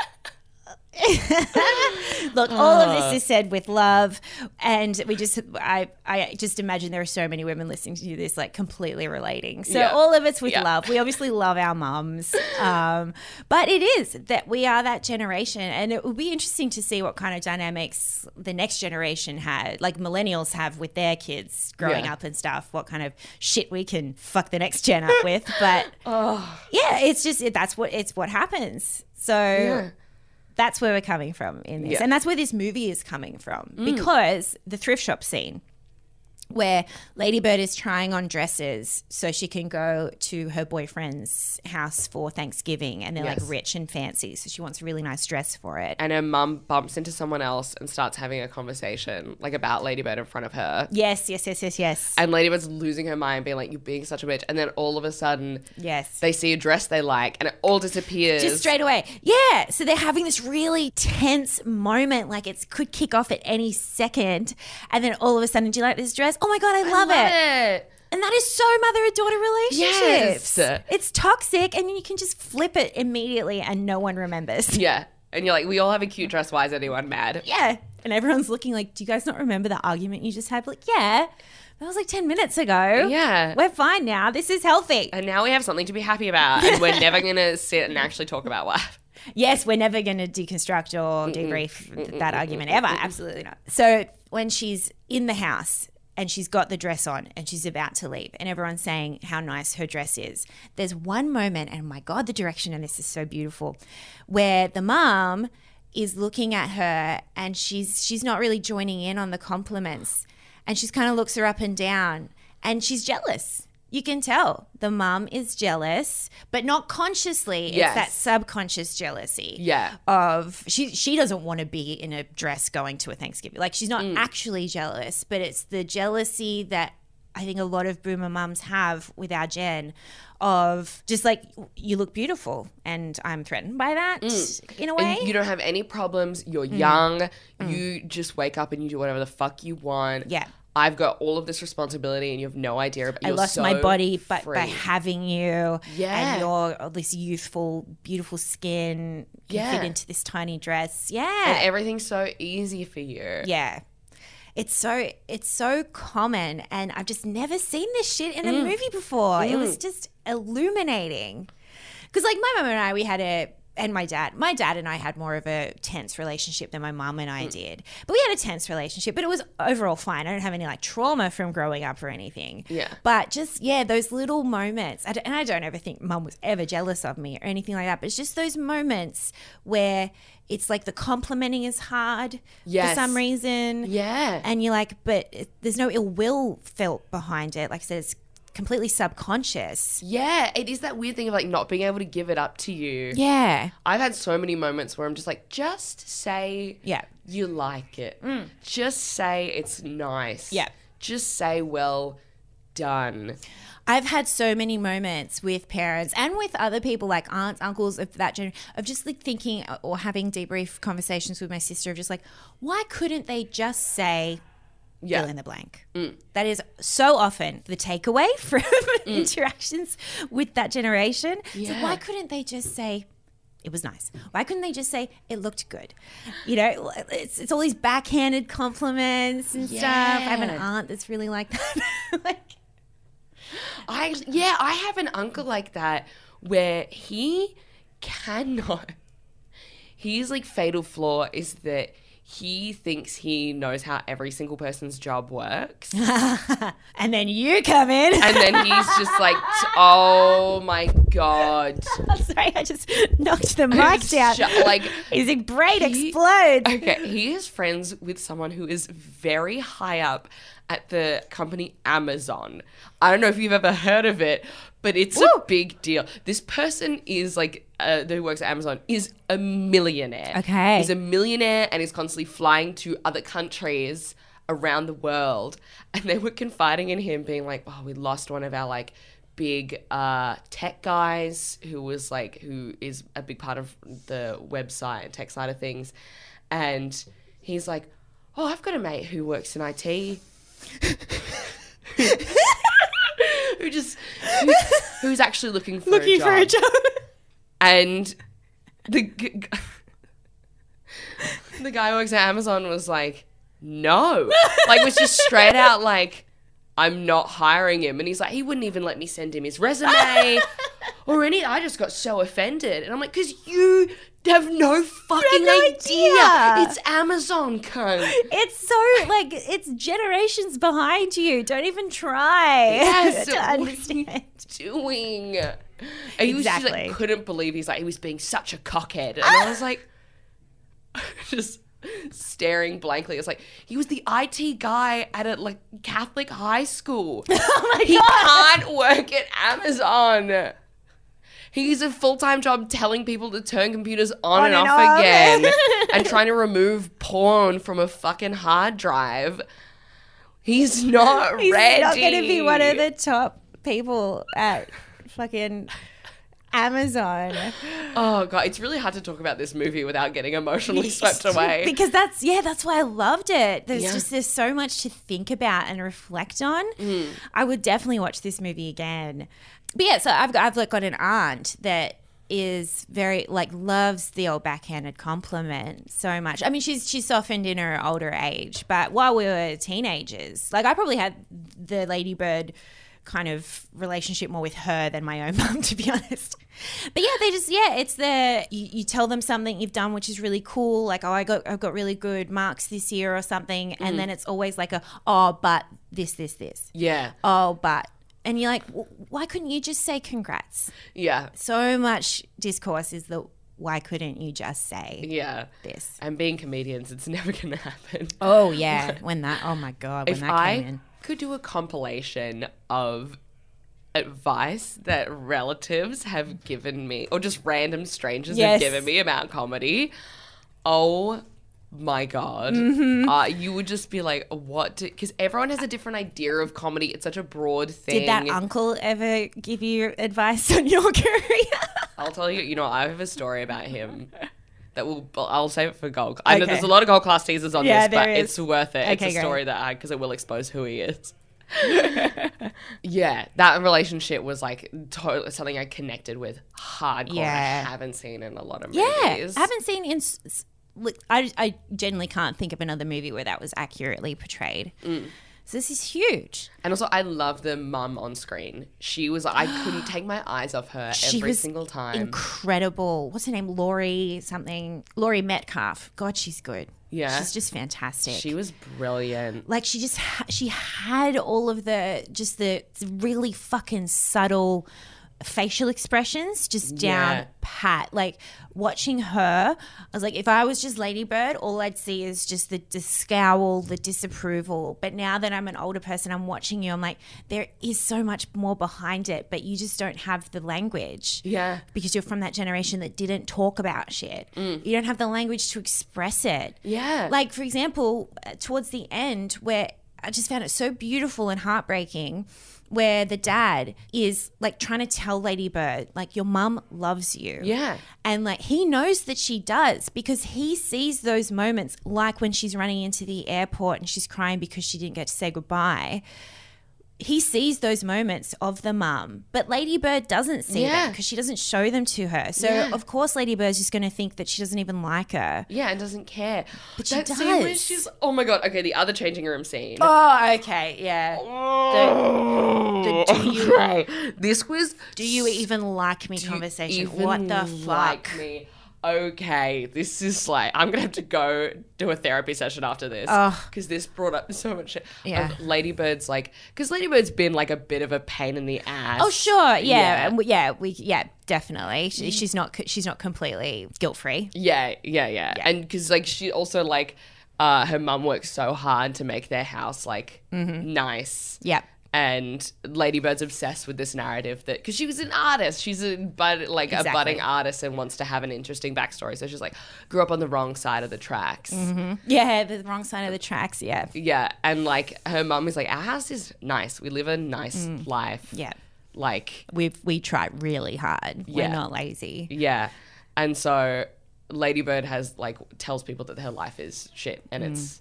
Look, all of
Ah.
this is said with love and we just I I just imagine there are so many women listening to this like completely relating. So
Yeah.
all of it's with
Yeah.
love. We obviously love our mums. Um, but it is that we are that generation and it will be interesting to see what kind of dynamics the next generation had, like millennials have with their kids growing
Yeah.
up and stuff, what kind of shit we can fuck the next gen up with, but yeah, it's just it, that's what it's what happens. So that's where we're coming from in this,
Yeah. Mm.
and that's where this movie is coming from because the thrift shop scene where Ladybird is trying on dresses so she can go to her boyfriend's house for Thanksgiving and they're
Yes.
like rich and fancy. So she wants a really nice dress for it.
And her mum bumps into someone else and starts having a conversation like about Ladybird in front of her.
Yes, yes, yes, yes, yes.
And Ladybird's losing her mind, being like, "You're being such a bitch." And then all of a sudden,
Yes.
they see a dress they like, and it all disappears.
Just straight away. Yeah. So they're having this really tense moment. Like it could kick off at any second. And then all of a sudden, do you like this dress? Oh my God, I love, it. And that is so mother and daughter relationships.
Yes.
It's toxic and you can just flip it immediately and no one remembers.
Yeah, and you're like, "We all have a cute dress. Why is anyone mad?"
Yeah. And everyone's looking like, do you guys not remember the argument you just had? Like, yeah. That was like 10 minutes ago.
Yeah.
We're fine now. This is healthy.
And now we have something to be happy about, and we're never gonna sit and actually talk about what. happened.
Yes, we're never going to deconstruct or debrief th- that argument ever. Absolutely not. So when she's in the house and she's got the dress on and she's about to leave, and everyone's saying how nice her dress is, there's one moment, and oh my God, the direction and this is so beautiful, where the mom is looking at her and she's she's not really joining in on the compliments and she's kind of looks her up and down and she's jealous you can tell the mom is jealous but not consciously
Yes.
it's that subconscious jealousy
Yeah.
of she she doesn't want to be in a dress going to a Thanksgiving. Like she's
Mm.
not actually jealous, but it's the jealousy that I think a lot of boomer mums have with our gen of just like you look beautiful and I'm threatened by that in a way.
Mm. And you don't have any problems. You're
Mm-hmm.
young. You just wake up and you do whatever the fuck you want.
Yeah.
I've got all of this responsibility, and you have no idea. About,
I
you're
lost
so
my body but by
free.
having you
Yeah.
and your all this youthful, beautiful skin you
Yeah.
fit into this tiny dress. Yeah.
and everything's so easy for you.
Yeah. It's so it's so common and I've just never seen this shit in a movie before. It was just illuminating. Cuz like my mum and I we had a and my dad, my dad and I had more of a tense relationship than my mum and
Mm.
I did. But we had a tense relationship, but it was overall fine. I don't have any like trauma from growing up or anything.
Yeah.
But just, yeah, those little moments. I don't- and I don't ever think mum was ever jealous of me or anything like that. But it's just those moments where it's like the complimenting is hard
Yes.
for some reason.
Yeah.
And you're like, but it, there's no ill will felt behind it. Like I said, it's completely subconscious.
Yeah, it is that weird thing of like not being able to give it up to you.
Yeah.
I've had so many moments where I'm just like, just say
Yeah. Mm.
you like it. Just say it's nice.
Yeah.
Just say well done.
I've had so many moments with parents and with other people, like aunts, uncles of that generation, of just like thinking or having debrief conversations with my sister of just like, why couldn't they just say,
Yeah. Mm.
fill in the blank? That is so often the takeaway from interactions with that generation. So
Yeah.
why couldn't they just say, it was nice. Why couldn't they just say it looked good? You know, it's, it's all these backhanded compliments and stuff. I have an aunt that's really like that. like,
I yeah, I have an uncle like that where he cannot. His like fatal flaw is that he thinks he knows how every single person's job works.
and then you come in.
And then he's just like, t- oh my God.
I'm sorry, I just knocked the mic down.
Sh- like,
His brain
he-
explodes.
Okay, he is friends with someone who is very high up at the company Amazon. I don't know if you've ever heard of it, but it's a big deal. This person is like uh, who works at Amazon is a millionaire.
Okay.
he's a millionaire and is constantly flying to other countries around the world. And they were confiding in him, being like, "Oh, we lost one of our like." big uh, tech guys who was like who is a big part of the website and tech side of things and he's like, "Oh, I've got a mate who works in IT, who just who- who's actually looking for a job. And the g- g- the guy who works at Amazon was like, "No," like was just straight out like, "I'm not hiring him." And he's like, "He wouldn't even let me send him his resume." Or any, I just got so offended, and I'm like, "Cause you have no fucking
no
idea.
idea.
It's Amazon, cunt."
It's so like it's generations behind you. Don't even try
Yes,
to
what are you
understand.
doing? And he was just
Exactly.
like, couldn't believe he's like he was being such a cockhead, and I was like, just staring blankly. It's like he was the IT guy at a like Catholic high school.
Oh
he can't work at Amazon. He's a full time job telling people to turn computers on, and, off, again and trying to remove porn from a fucking hard drive. He's not
He's
ready.
not going to be one of the top people at fucking Amazon.
Oh god, it's really hard to talk about this movie without getting emotionally swept away.
Because that's yeah, that's why I loved it. There's
Yeah.
just there's so much to think about and reflect on.
Mm.
I would definitely watch this movie again. But yeah, so I've got, I've like got an aunt that is very like loves the old backhanded compliment so much. I mean, she's she's softened in her older age, but while we were teenagers, like I probably had the ladybird kind of relationship more with her than my own mum to be honest but yeah they just yeah it's the you, you tell them something you've done which is really cool like oh i got i got really good marks this year or something and
Mm.
then it's always like a oh but this this this
yeah.
oh but and you're like "W- why couldn't you just say congrats
Yeah.
so much discourse is the why couldn't you just say
Yeah.
This.
And being comedians, it's never going to happen.
oh yeah when that oh my god when
if
that
I
came in
could do a compilation of advice that relatives have given me, or just random strangers
Yes.
have given me about comedy, oh my god,
Mhm.
uh, you would just be like, "What?" Because everyone has a different idea of comedy. It's such a broad thing.
did that uncle ever give you advice on your career
I'll tell you. You know, I have a story about him. That will I'll save it for gold. I know
Okay.
there's a lot of gold class teasers on
Yeah,
this, but
there is.
it's worth it. it's
Okay,
a
great.
story that I because it will expose who he is. yeah, that relationship was like totally something I connected with hardcore.
Yeah.
I haven't seen in a lot of
Yeah,
movies.
I haven't seen in. s- s- Look, I I generally can't think of another movie where that was accurately portrayed.
Mm.
So this is huge.
And also, I love the mum on screen. She was I couldn't take my eyes off her
She
every
was
single time.
Incredible. What's her name? Laurie something. Laurie Metcalf. God, she's good.
Yeah.
she's just fantastic.
she was brilliant.
like she just ha- she had all of the just the really fucking subtle facial expressions just down
Yeah.
pat like watching her i was like if i was just ladybird all i'd see is just the, the scowl the disapproval but now that i'm an older person i'm watching you i'm like there is so much more behind it but you just don't have the language
Yeah.
because you're from that generation that didn't talk about shit
Mm.
you don't have the language to express it
Yeah.
like, for example, uh, towards the end, where I just found it so beautiful and heartbreaking, where the dad is like trying to tell Ladybird, like, your mum loves you.
Yeah.
And like, he knows that she does because he sees those moments, like when she's running into the airport and she's crying because she didn't get to say goodbye. He sees those moments of the mum, but Ladybird doesn't see
Yeah.
them because she doesn't show them to her. So,
Yeah.
of course, Ladybird's just going to think that she doesn't even like her.
Yeah, and doesn't care.
But she
that scene where
does.
she's oh my god. Okay, the other changing room scene.
Oh, okay, yeah. The, the do you
This was
do you even like me conversation?
even
What the
like
fuck?
me. Okay, this is like I'm gonna have to go do a therapy session after this
Ugh.
because this brought up so much shit.
Yeah.
Of Ladybird's like because Ladybird's been like a bit of a pain in the ass.
Oh sure, yeah, Mm. and we- yeah, we, yeah, definitely. She, she's not, co- she's not completely guilt free.
Yeah, yeah, yeah. And because like she also like uh, her mum works so hard to make their house like
Mhm.
nice.
Yep.
And Ladybird's obsessed with this narrative that because she was an artist, she's a bud, like a
Exactly.
budding artist and wants to have an interesting backstory. So she's like, grew up on the wrong side of the tracks.
Mm-hmm. Yeah, the wrong side of the tracks. Yeah,
Yeah, and like her mum is like, our house is nice. We live a nice
Mm.
life.
yeah.
Like
We we try really hard. We're
Yeah.
not lazy.
Yeah. And so Ladybird has like tells people that her life is shit and
Mm.
it's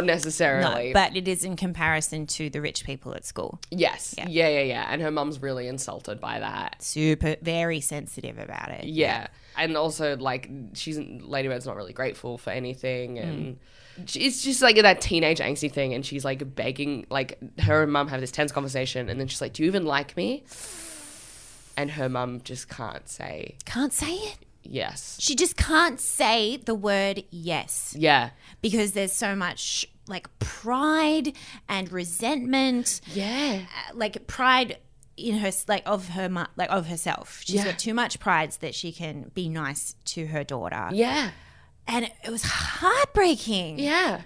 No,
necessarily
but it is in comparison to the rich people at school.
yes. Yeah. yeah, yeah, And her mum's really insulted by that.
Super, very sensitive about it.
Yeah. And also like she's Ladybird's not really grateful for anything
Hmm.
and she- it's just like that teenage angsty thing and she's like begging like her and mum have this tense conversation and then she's like, Do you even like me? And her mum just can't say
Can't say it.
yes.
She just can't say the word yes.
Yeah.
because there's so much like pride and resentment.
Yeah,
uh, like pride in her like of her mu- like of herself. She's
Yeah.
got too much pride that she can be nice to her daughter.
Yeah.
and it was heartbreaking.
Yeah.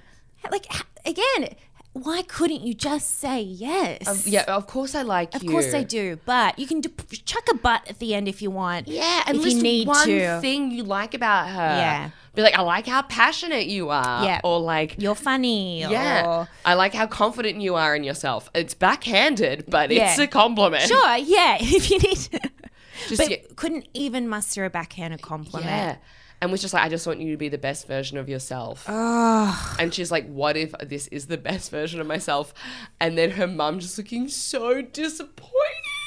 Like h- again, why couldn't you just say yes?
Um, yeah, of course I like
Of
you.
course they do, but you can d- chuck a butt at the end if you want.
Yeah,
if
and list
you need
one
to.
thing you like about her.
Yeah.
Be like, I like how passionate you are.
Yeah.
Or like
You're funny.
Yeah.
or-
I like how confident you are in yourself. It's backhanded, but it's
Yeah.
a compliment.
Sure, yeah, if you need.
Just
but
get-
couldn't even muster a backhanded compliment.
Yeah. And was just like, I just want you to be the best version of yourself.
Oh,
And she's like, What if this is the best version of myself? And then her mum just looking so disappointed.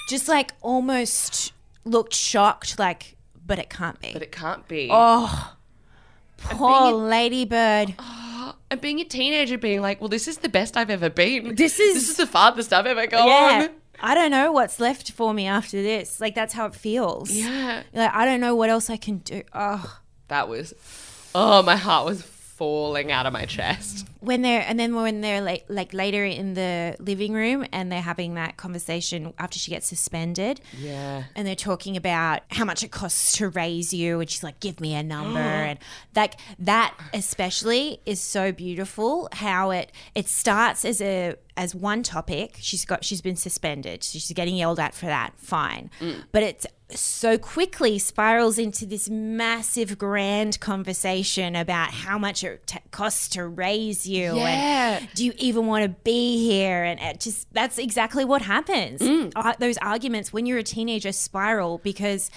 just like almost looked shocked, like, but it can't be.
But it can't be.
Oh, poor
being-
ladybird.
And being a teenager, being like, Well, this is the best I've ever been.
This is-
This is the farthest I've ever gone.
yeah. I don't know what's left for me after this. Like that's how it feels.
Yeah.
You're like I don't know what else I can do. Oh,
That was Oh, my heart was falling out of my chest.
when they're and then when they're like like later in the living room and they're having that conversation after she gets suspended.
Yeah.
and they're talking about how much it costs to raise you and she's like give me a number and like that especially is so beautiful how it it starts as a as one topic she's got she's been suspended so she's getting yelled at for that fine but it's so quickly spirals into this massive grand conversation about how much it t- costs to raise you
Yeah.
and do you even want to be here and it just that's exactly what happens
Mm.
Ar- those arguments when you're a teenager spiral because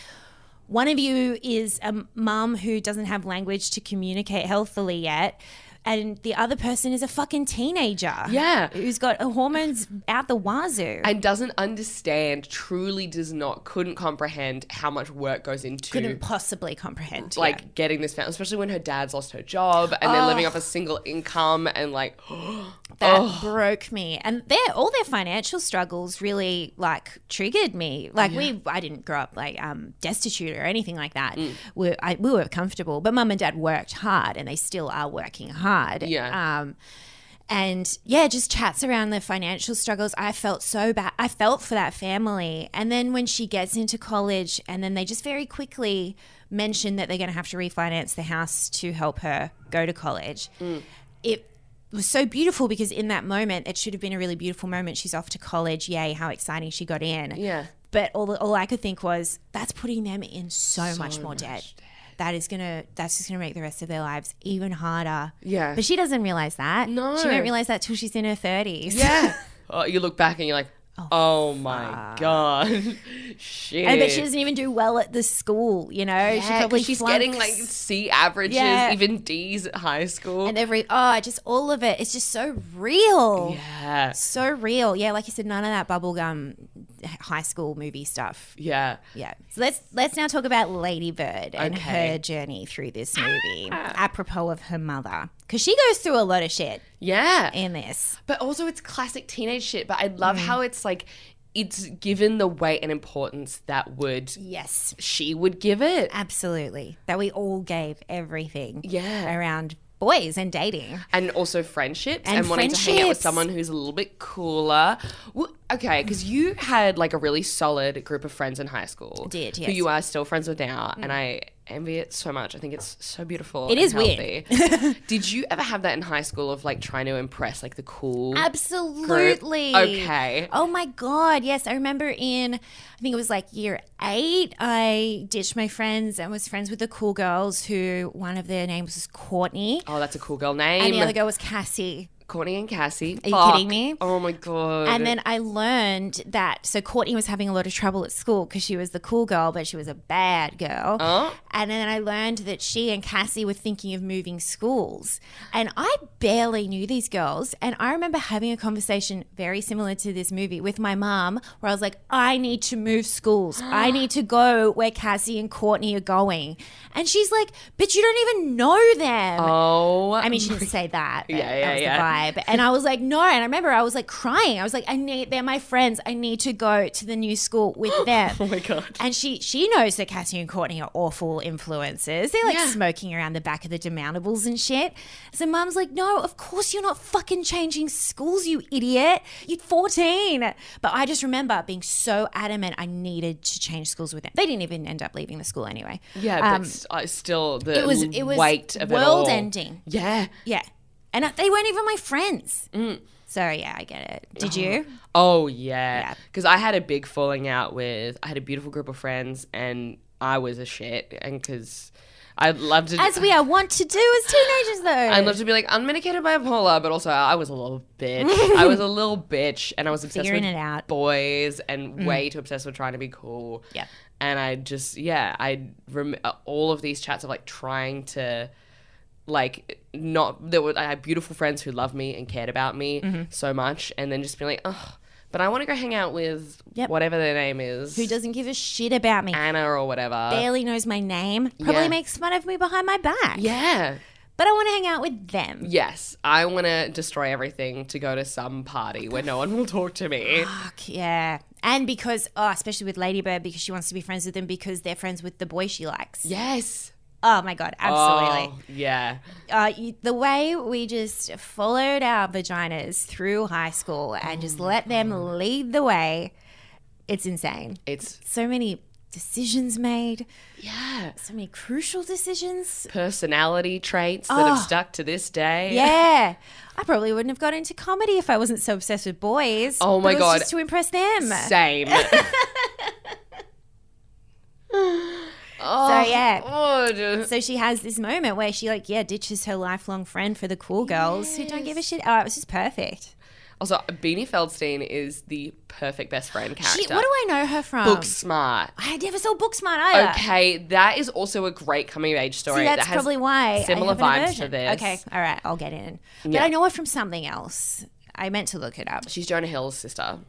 one of you is a mum who doesn't have language to communicate healthily yet and the other person is a fucking teenager
Yeah.
who's got hormones out the wazoo
and doesn't understand, truly does not, couldn't comprehend how much work goes into
couldn't possibly comprehend
like
yeah.
getting this family, especially when her dad's lost her job and they're living off a single income and like
that broke me and their all their financial struggles really like triggered me like we i didn't grow up like um destitute or anything like that we, I, we were comfortable but mum and dad worked hard and they still are working hard
Yeah.
um and yeah just chats around their financial struggles i felt so bad i felt for that family and then when she gets into college and then they just very quickly mention that they're going to have to refinance the house to help her go to college it was so beautiful because in that moment it should have been a really beautiful moment she's off to college yay how exciting she got in
yeah.
but all, all i could think was that's putting them in so, much more debt that is gonna that's just gonna make the rest of their lives even harder
Yeah.
but she doesn't realize that
No.
she won't realize that till she's in her 30s
Yeah. oh, you look back and you're like, oh, my god, shit.
and but she doesn't even do well at the school you know
Yeah,
she
'cause
probably
she's
flunks.
getting like C averages,
Yeah.
even D's at high school.
and every oh just all of it it's just so real
yeah.
so real yeah like you said none of that bubblegum high school movie stuff
Yeah.
Yeah. So let's let's now talk about Lady Bird and
Okay. Ah.
her journey through this movie, apropos of her mother, because she goes through a lot of shit
Yeah.
in this.
But also, it's classic teenage shit. But I love
Mm.
how it's like, it's given the weight and importance that would
Yes,
she would give it.
absolutely. That we all gave everything.
Yeah.
Around boys and dating.
And also friendships and,
And
wanting to hang out with
friendships.
someone who's a little bit cooler. Wh- Okay, because you had like a really solid group of friends in high school.
Did,
Who
yes. Mm.
you are still friends with now. And I envy it so much. I think it's so beautiful.
It
and
is
healthy. Did you ever have that in high school of like trying to impress like the cool?
Absolutely.
Okay.
Oh my God. Yes. I remember in, I think it was like year eight, I ditched my friends and was friends with the cool girls who one of their names was Courtney
Oh, that's a cool girl name.
and the other girl was Cassie.
Courtney and Cassie.
Are you
Fuck.
kidding me?
Oh my god.
And then I learned that so Courtney was having a lot of trouble at school because she was the cool girl, but she was a bad girl.
Oh.
And then I learned that she and Cassie were thinking of moving schools. And I barely knew these girls. And I remember having a conversation very similar to this movie with my mom, where I was like, I need to move schools. I need to go where Cassie and Courtney are going. And she's like, But you don't even know them.
Oh,
I mean, she didn't say that. but
Yeah, yeah,
that was
yeah.
vibe. And I was like, no. And I remember I was like crying. I was like, I need they're my friends. I need to go to the new school with them.
oh my god.
And she she knows that Cassie and Courtney are awful influences. They're like smoking around the back of the demountables and shit. So mum's like, no, of course you're not fucking changing schools, you idiot. You're 14. But I just remember being so adamant I needed to change schools with them. They didn't even end up leaving the school anyway.
Yeah,
Um,
but s- uh, still the
it was it was
weight of
world
it all.
ending.
Yeah.
Yeah. And I- they weren't even my friends. So yeah, I get it. Did you?
Mm. Oh yeah, because I had a big falling out with. I had a beautiful group of friends, and I was a shit, and because I loved to.
As we are want to do as teenagers though.
I love to be like unmedicated bipolar, but also I was a little bitch. I was a little bitch, and I was obsessed
Figuring
with
it out.
boys and
Mm.
way too obsessed with trying to be cool.
Yeah.
And I just yeah, I rem- uh, all of these chats of like trying to like not there were I had beautiful friends who loved me and cared about me
Mhm.
so much, and then just being like, oh, but I want to go hang out with
Yep.
whatever their name is,
Who doesn't give a shit about me?
Anna or whatever.
Barely knows my name. Probably
Ah. Yeah.
makes fun of me behind my back.
Yeah.
But I want to hang out with them.
Yes, I want to destroy everything to go to some party where no one will talk to me.
Yeah. And because, oh, especially with Ladybird, because she wants to be friends with them because they're friends with the boy she likes.
Yes.
Oh my God, absolutely.
Oh, yeah.
Uh, you, the way we just followed our vaginas through high school and
Oh.
just let them lead the way, it's insane.
It's
so many decisions made.
Yeah.
So many crucial decisions.
Personality traits that have
Oh.
stuck to this day.
Yeah. I probably wouldn't have got into comedy if I wasn't so obsessed with boys.
Oh
but
my
it was
God.
Just to impress them.
Same. Oh.
so yeah.
God.
So she has this moment where she like yeah ditches her lifelong friend for the cool girls who don't give a shit. Oh, it was just perfect.
Also, Beanie Feldstein is the perfect best friend character.
She, what do I know her from?
Book smart.
I never saw Booksmart either.
Okay, that is also a great coming of age
So
story.
that's
that has
probably why I
Similar
have an
vibes to
aversion.
this.
Okay, all right, I'll get in. But
Yeah.
I know her from something else. I meant to look it up.
She's Jonah Hill's sister.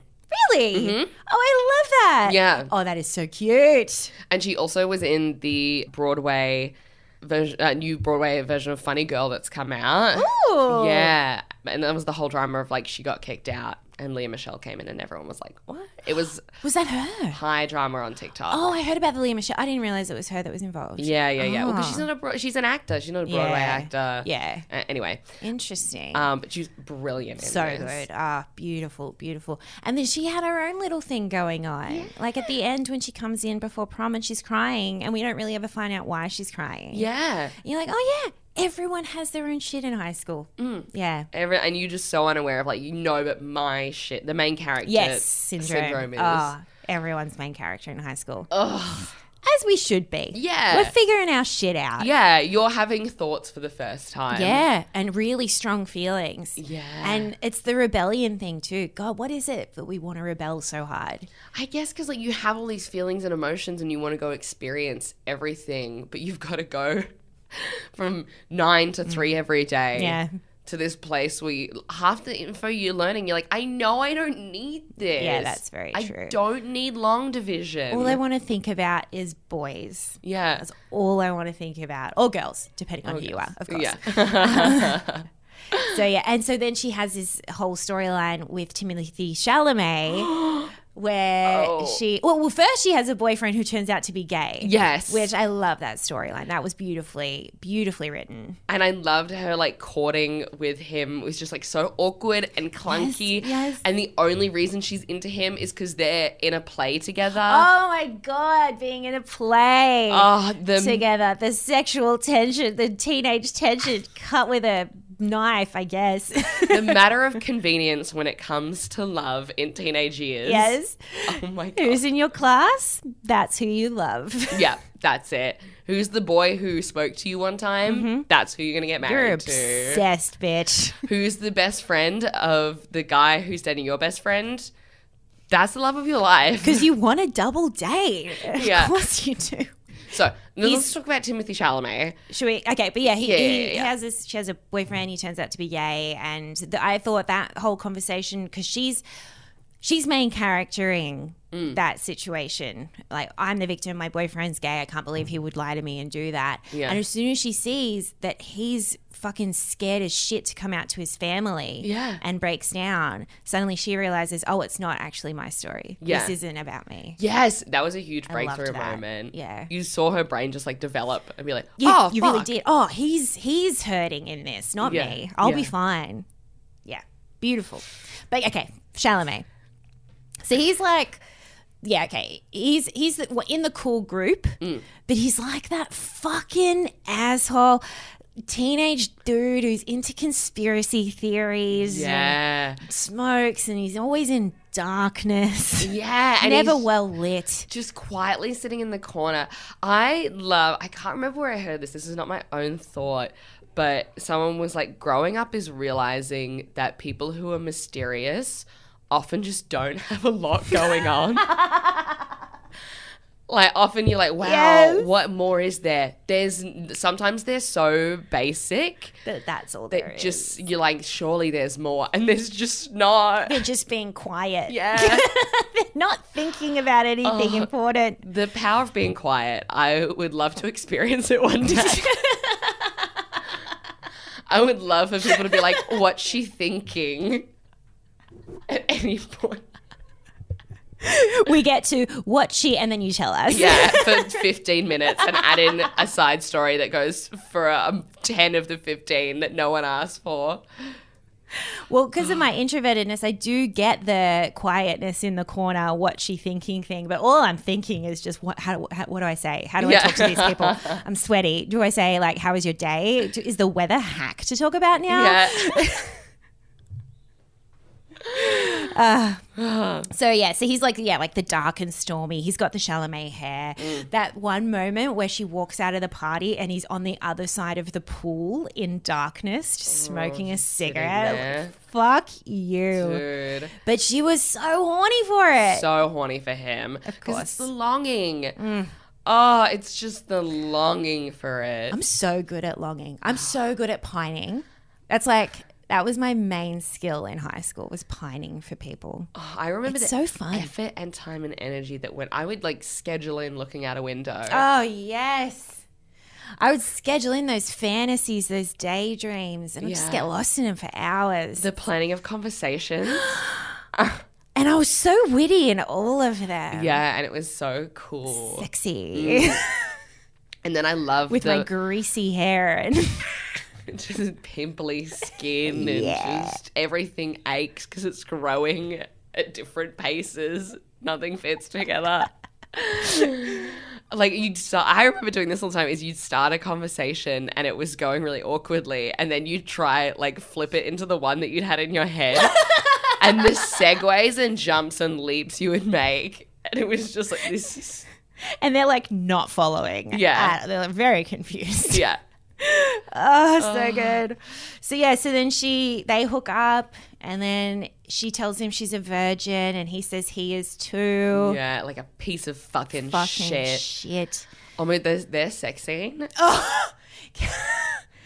Really? Oh, I love that.
Mm-hmm. Yeah.
Oh, that is so cute.
And she also was in the Broadway version, uh, new Broadway version of Funny Girl that's come out.
Ooh.
Yeah. And that was the whole drama of like she got kicked out and Leah Michelle came in and everyone was like, what? It was
Was that her?
high drama on TikTok.
Oh, I heard about the Leah Michelle. I didn't realize it was her that was involved.
Yeah, yeah, yeah. Well, 'cause
Ah.
she's not a Bro- she's an actor. She's not a Broadway
Yeah.
actor.
Yeah.
A- anyway,
Interesting.
um, but she's brilliant. In
so good.
this.
Ah, beautiful, beautiful. And then she had her own little thing going on. Like at the end when she comes in before prom and she's crying and we don't really ever find out why she's crying.
Yeah.
You're like, oh yeah, everyone has their own shit in high school.
Mm.
Yeah.
Every, and you're just so unaware of like you know, but my shit, the main character
Yes, syndrome.
is
Ah, everyone's main character in high school.
Ugh.
As we should be.
Yeah.
We're figuring our shit out.
Yeah, you're having thoughts for the first time.
Yeah, and really strong feelings.
Yeah.
And it's the rebellion thing too. God, what is it that we want to rebel so hard?
I guess because like you have all these feelings and emotions and you want to go experience everything, but you've got to go from nine to three every day.
Mm. Yeah.
To this place where you, half the info you're learning, you're like, I know I don't need this.
Yeah, that's very
I
true.
don't need long division.
All I want to think about is boys.
Yeah.
That's all I want to think about. Or girls, depending on who you are, of course.
Yeah.
so yeah, and so then she has this whole storyline with Timothy Chalamet, where she well, well, first she has a boyfriend who turns out to be gay.
Yes.
which I love that storyline. That was beautifully, beautifully written.
and I loved her like courting with him. It was just like so awkward and clunky.
yes.
And the only reason she's into him is because they're in a play together.
Oh Um. my god, being in a play
Oh, the-
together, the sexual tension, the teenage tension, cut with a knife, I guess.
the matter of convenience when it comes to love in teenage years.
yes,
Oh my god.
who's in your class? That's who you love.
yeah, that's it. Who's the boy who spoke to you one time? That's who you're gonna get married
Mm-hmm. You're
to.
obsessed, bitch.
Who's the best friend of the guy who's dating your best friend? That's the love of your life.
Because you want a double date.
Yeah.
Of course you do.
So now let's
He's-
talk about Timothy Chalamet.
Should we? Okay, but yeah, he,
Yeah,
he,
yeah,
he
yeah.
has this. She has a boyfriend. He turns out to be gay, and the, I thought that whole conversation because she's she's main charactering
Mm.
that situation. Like, I'm the victim, my boyfriend's gay, I can't believe he would lie to me and do that.
Yeah.
And as soon as she sees that he's fucking scared as shit to come out to his family
Yeah.
and breaks down, suddenly she realizes, oh, it's not actually my story.
Yeah.
This isn't about me.
Yes, that was a huge
I loved
breakthrough
that.
moment.
Yeah.
you saw her brain just like develop and be like,
You,
"Oh,
you
fuck.
really did. Oh, he's he's hurting in this, not
Yeah.
me. I'll be
Yeah.
fine. Yeah, beautiful. But okay, Chalamet. So he's like, yeah, okay. He's he's the, well, in the cool group,
Mm.
but he's like that fucking asshole teenage dude who's into conspiracy theories, and
Yeah,
smokes, and he's always in darkness.
yeah, and
Never
he's
well lit.
Just quietly sitting in the corner. I love. I can't remember where I heard this. This is not my own thought, but someone was like, "Growing up is realizing that people who are mysterious often just don't have a lot going on." Like often you're like, wow, what more is there? There's sometimes they're so basic
But that's all there
that
is.
just you're like, surely there's more, and there's just not.
They're just being quiet.
Yeah,
Not thinking about anything
Oh.
important.
the power of being quiet. I would love to experience it one day. I would love for people to be like, "What's she thinking?" At any point,
we get to what she and then you tell us.
yeah, for 15 minutes, and add in a side story that goes for um, 10 of the 15 that no one asked for.
Well, because of my introvertedness, I do get the quietness in the corner, what she thinking thing. But all I'm thinking is just what? How, how what do I say? How do I
Yeah.
talk to these people? I'm sweaty. Do I say like, "How was your day"? Do- Is the weather hack to talk about now?
Yeah.
So yeah, so he's like yeah, like the dark and stormy. He's got the Chalamet hair.
Mm.
That one moment where she walks out of the party and he's on the other side of the pool in darkness, just smoking a cigarette.
Oh, there.
Like, fuck you.
Dude.
But she was so horny for it.
So horny for him. Of
course.
It's the longing. Oh, it's just the longing for it.
I'm so good at longing. I'm so good at pining. That's like that was my main skill in high school was pining for people.
Oh, I remember
It's so
the
fun.
effort and time and energy that went. I would like schedule in looking out a window.
Oh yes. I would schedule in those fantasies, those daydreams, and I'd just
Yeah.
get lost in them for hours.
the planning of conversations.
and I was so witty in all of them.
yeah, and it was so cool.
Sexy.
And then I love
With
the
my greasy hair and
just pimply skin and just everything aches because it's growing at different paces. Nothing fits together. like you'd start, I remember doing this all the time. Is you'd start a conversation and it was going really awkwardly, and then you'd try like flip it into the one that you'd had in your head, and the segues and jumps and leaps you would make, and it was just like this. is-
and they're like not following.
Yeah.
at- they're like, very confused.
Yeah,
Oh, so good. So yeah, so then she they hook up and then she tells him she's a virgin and he says he is too.
yeah, like a piece of fucking,
Oh. Fucking shit.
shit. Oh my, their, their sex scene.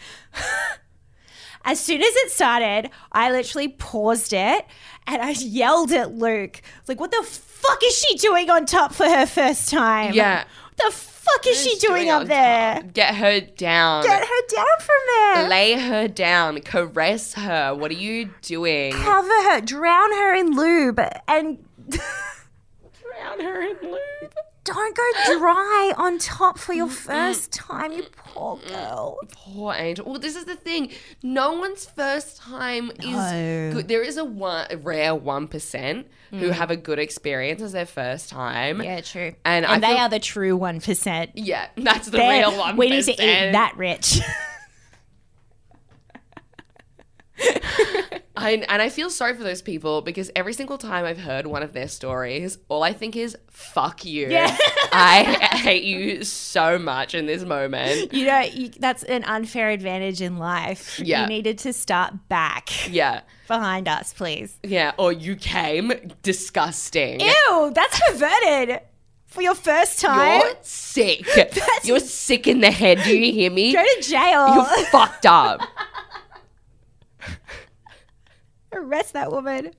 As soon as it started, I literally paused it and I yelled at Luke, like, what the fuck is she doing on top for her first time?
Yeah.
What the fuck is she
Just
doing,
doing it
up
on
there?
top. Get her down.
Get her down from there.
Lay her down. Caress her. What are you doing?
Cover her, drown her in lube and
Drown her in lube.
don't go dry on top for your first time, you poor girl.
Poor angel. Well, this is the thing. No one's first time is good. There is a, one, a rare one percent who have a good experience as their first time.
Mm. Yeah, true.
And, I
And they
feel-
are the true one percent.
yeah, that's the real one.
We need to eat that rich.
I, and I feel sorry for those people because every single time I've heard one of their stories, all I think is "fuck you." I hate you so much in this moment.
you know, you, that's an unfair advantage in life.
Yeah.
You needed to start back
Yeah,
behind us, please.
yeah. Or you came disgusting.
Ew, that's perverted for your first time.
You're sick. You're sick in the head. Do you hear me?
Go to jail.
You're fucked up.
Arrest that woman.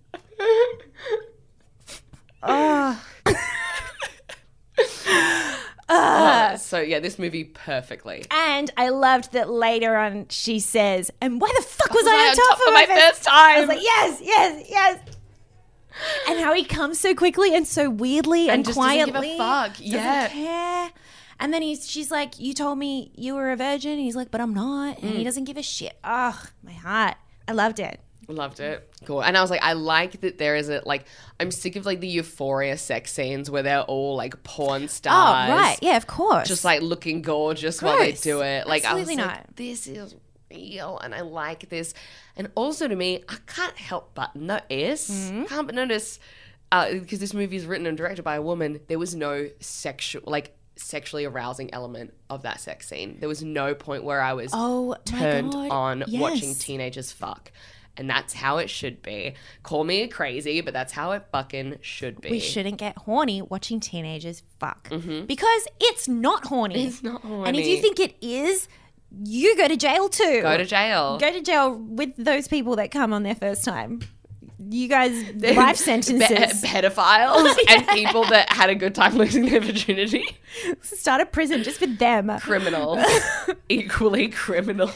Ah.
Uh, So yeah, this movie perfectly.
And I loved that later on she says, "And why the fuck was,
was
I, on top, of
my
it?"
first time?
I was like, "Yes, yes, yes." And how he comes so quickly and so weirdly and,
And just doesn't
quietly.
give a fuck.
Doesn't
Yeah.
care. And then he's, she's like, "You told me you were a virgin." And he's like, "But I'm not."
Mm.
And he doesn't give a shit. Ugh, my heart. I loved it.
Loved it. Cool. And I was like, I like that there is a like. I'm sick of like the euphoria sex scenes where they're all like porn stars.
Oh, right. Yeah, of course.
Just like looking gorgeous while they
Gross.
do it. Like
Absolutely
I was
not.
like, this is real, and I like this. And also to me, I can't help but notice.
Mm-hmm.
Can't but notice uh, because this movie is written and directed by a woman. There was no sexual like sexually arousing element of that sex scene. There was no point where I was
Oh, my
turned
God.
on watching
Yes.
teenagers fuck. And that's how it should be. Call me crazy, but that's how it fucking should be.
we shouldn't get horny watching teenagers fuck because it's not horny.
Mm-hmm. It's not horny.
And if you think it is, you go to jail too.
go to jail,
Go to jail with those people that come on their first time. You guys, life
Pe-
sentences.
pedophiles and people that had a good time losing their virginity,
Start a prison just for them.
criminal, equally criminal.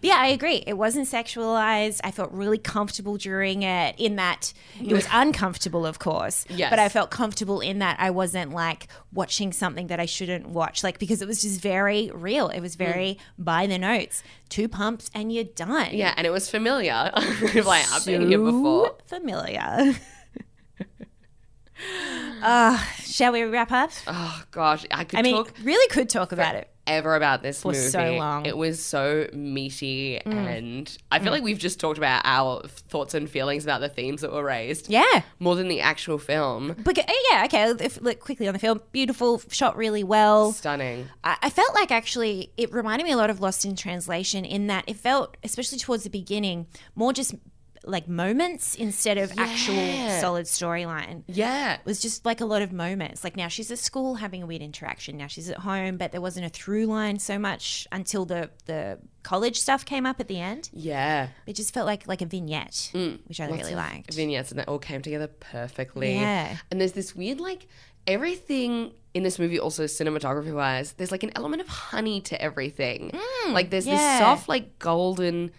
But yeah, I agree. It wasn't sexualized. I felt really comfortable during it, in that it was uncomfortable, of course.
Yes.
But I felt comfortable in that I wasn't like watching something that I shouldn't watch, like because it was just very real. It was
Hmm.
very by the notes. Two pumps and you're done.
Yeah, and it was familiar. like I've been here
So
before.
Familiar. uh, shall we wrap up?
Oh gosh, I could
I mean,
talk
really could talk about it.
ever about this
For
movie.
so long. Mm.
It was so meaty, and I feel like we've just talked about our thoughts and feelings about the themes that were raised
Yeah.
more than the actual film.
But uh, yeah, okay. If, look quickly on the film. Beautiful, shot really well.
Stunning.
I I felt like actually it reminded me a lot of Lost in Translation in that it felt, especially towards the beginning, more just like moments instead of actual
Yeah.
solid storyline. It
Yeah.
was just like a lot of moments. Like now she's at school having a weird interaction. Now she's at home, but there wasn't a through line so much until the the college stuff came up at the end.
Yeah.
It just felt like like a vignette,
Mm.
which I really liked.
vignettes and they all came together perfectly.
Yeah.
And there's this weird like everything in this movie also cinematography wise, there's like an element of honey to everything. like there's
Mm, yeah.
this soft like golden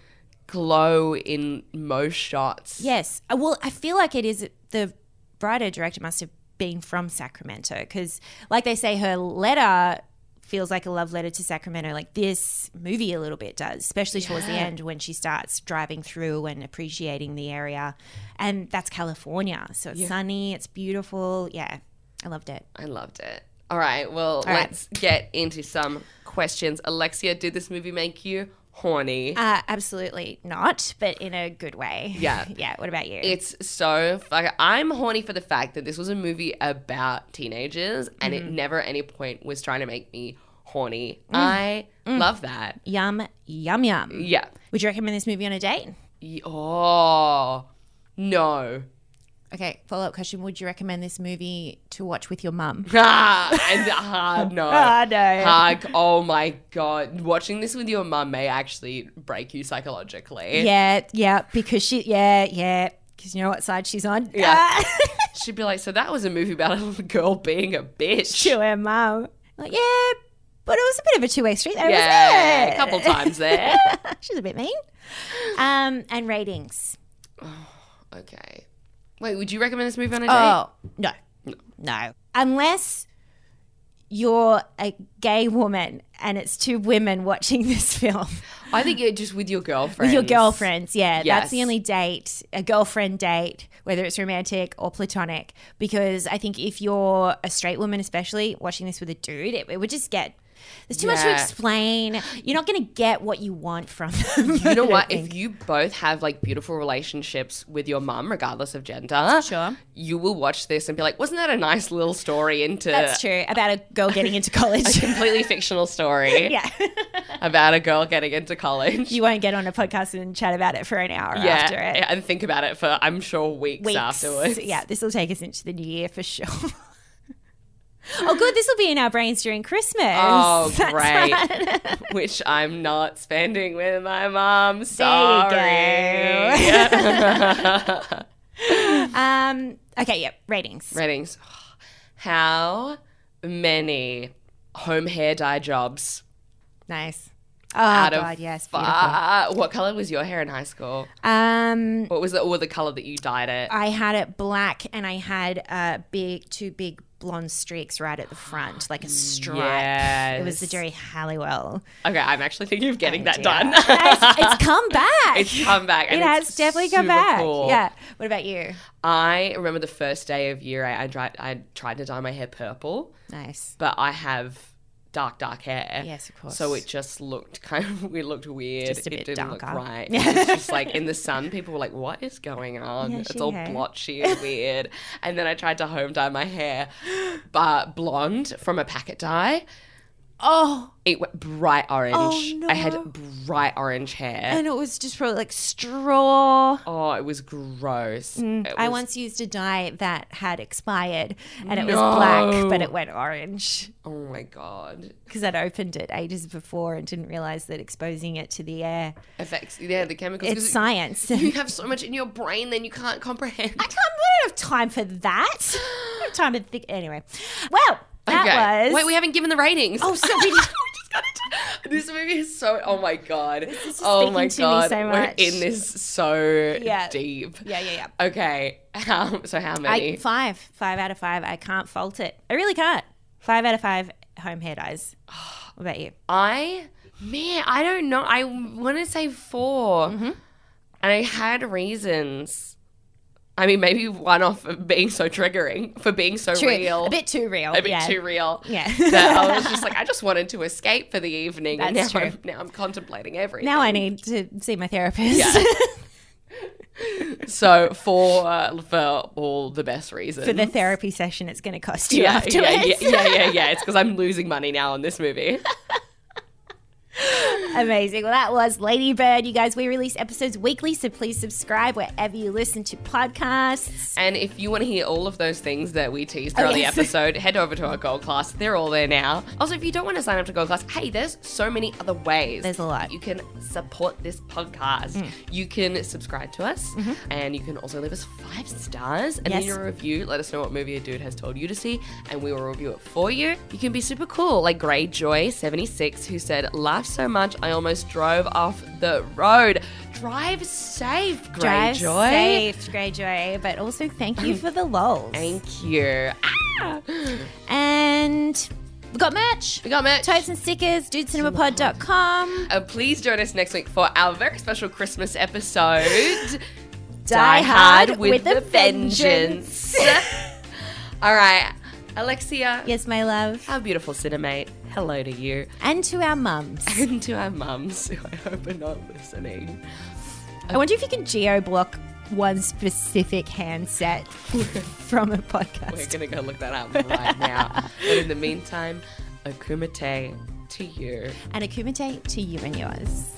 glow in most shots.
Yes. Uh, Well, I feel like it is the writer director must have been from Sacramento because, like they say, her letter feels like a love letter to Sacramento, like this movie a little bit does, especially towards the end when she starts driving through and appreciating the area. And that's California. So it's sunny, it's beautiful. Yeah. I loved it.
I loved it. All right, well,
right.
let's get into some questions. Alexia, did this movie make you horny?
Uh, absolutely not, but in a good way.
Yeah.
yeah. What about you?
It's so fuck. I'm horny for the fact that this was a movie about teenagers, and
Mm-hmm.
it never at any point was trying to make me horny.
Mm.
I love that.
yum, yum, yum.
Yeah.
Would you recommend this movie on a date?
Y- Oh no.
Okay, follow up question. Would you recommend this movie to watch with your mum?
Ah, and hard no.
Hard Ah, no.
Hard- oh my god. Watching this with your mum may actually break you psychologically.
Yeah, yeah, because she, yeah, yeah, because you know what side she's on?
Yeah.
Ah,
She'd be like, so that was a movie about a little girl being a bitch.
to her mum. Like, yeah, but it was a bit of a two way street there,
Yeah,
wasn't it?
a couple times there.
she's a bit mean. Um, and ratings.
okay. Wait, would you recommend this movie on a date?
Oh, no, no, unless you're a gay woman and it's two women watching this film.
I think yeah, just with your
With
girlfriend.
your girlfriends, yeah. That's
Yes.
the only date, a girlfriend date, whether it's romantic or platonic. Because I think if you're a straight woman, especially watching this with a dude, it, it would just get. There's too much to
Yeah.
explain. You're not going to get what you want from them.
You know what? If you both have like beautiful relationships with your mum, regardless of gender,
Sure.
you will watch this and be like, wasn't that a nice little story into
That's true. About a girl getting into college.
completely fictional story
yeah.
about a girl getting into college?
you won't get on a podcast and chat about it for an hour
yeah,
after it.
and think about it for I'm sure weeks,
Weeks.
afterwards.
Yeah, this will take us into the new year for sure. oh, good. This will be in our brains during Christmas.
Oh,
That's
great.
right.
Which I'm not spending with my mum. Sorry.
There you Um. Okay. Yep. Ratings.
Ratings. How many home hair dye jobs.
Nice.
Oh God, yes. Far. What color was your hair in high school?
Um,
What was the or the color that you dyed it?
I had it black and I had uh, big two big blonde streaks right at the front, like a stripe. It was the
Yes.
Jerry Halliwell.
okay, I'm actually thinking of getting that done.
it's, it's come back.
It's come back.
It
and
has
it's
definitely come
super
back.
cool.
Yeah. What about you?
I remember the first day of year eight, I tried, I tried to dye my hair purple,
Nice.
but I have dark, dark hair.
Yes, of course.
So it just looked kind of, it looked weird.
Just a bit
it didn't look
darker.
right. It was just like in the sun, people were like, what is going on?
Yeah,
it's
she
all
hair.
blotchy and weird. and then I tried to home dye my hair but blonde from a packet dye.
Oh,
It went bright orange. I
no.
had bright orange hair.
and it was just probably like straw.
oh, it was gross.
Mm,
It
I
was-
once used a dye that had expired and it was black, but it went orange
Oh my god.
because I'd opened it ages before and didn't realize that exposing it to the air.
Effects. Yeah, the chemicals. 'cause
It's
it-
science.
You have so much in your brain, then you can't comprehend.
I can't. I don't have time for that. I don't have time to think. Anyway, well, that
Okay.
was.
Wait, we haven't given the ratings.
Oh, so we just-
We just got it. This movie is so. Oh my god.
is
oh my
speaking to me
god.
so much.
We're in this so
Yeah.
deep.
yeah, yeah, yeah.
Okay. How, so how many?
I, five, five out of five. I can't fault it. I really can't. Five out of five home hair dyes. What about you?
I man, I don't know. I want to say 4 and I had reasons. I mean, maybe one off for being so triggering, for being so
True.
real,
A bit too real.
a bit
yeah.
too real.
Yeah.
that I was just like, I just wanted to escape for the evening. and
That's
now
true.
I'm, now I'm contemplating everything.
Now I need to see my therapist.
so for uh, for all the best reasons
For the therapy session, it's going to cost you
Yeah,
afterwards.
yeah, yeah, yeah, yeah, yeah. It's because I'm losing money now on this movie.
Amazing. Well, that was Ladybird. You guys, we release episodes weekly, so please subscribe wherever you listen to podcasts.
And if you want to hear all of those things that we teased throughout
Oh, yes.
the episode, head over to our Gold Class. They're all there now. Also, if you don't want to sign up to Gold Class, hey, there's so many other ways.
There's a lot. Mm.
You can support this podcast. You can subscribe to us, and you can also leave us five stars and
Mm-hmm. Yes.
leave a review. Let us know what movie a dude has told you to see, and we will review it for you. You can be super cool, like Greyjoy76, who said, Laugh so much, I almost drove off the road. Drive safe, Greyjoy.
Drive safe, Greyjoy. But also, thank you for the lols.
Mm. Thank you. Ah!
And we got merch.
We got merch.
Types and stickers, dudecinemapod.com.
Uh, please join us next week for our very special Christmas episode
Die Hard with a
Vengeance. All right, Alexia,
Yes, my love.
our beautiful cinemate, hello to you
And to our mums.
and to our mums who I hope are not listening.
I wonder if you can geo block one specific handset from a
We're
podcast.
going to go look that up right now. but in the meantime, Akumite to you.
And a kumite to you and yours.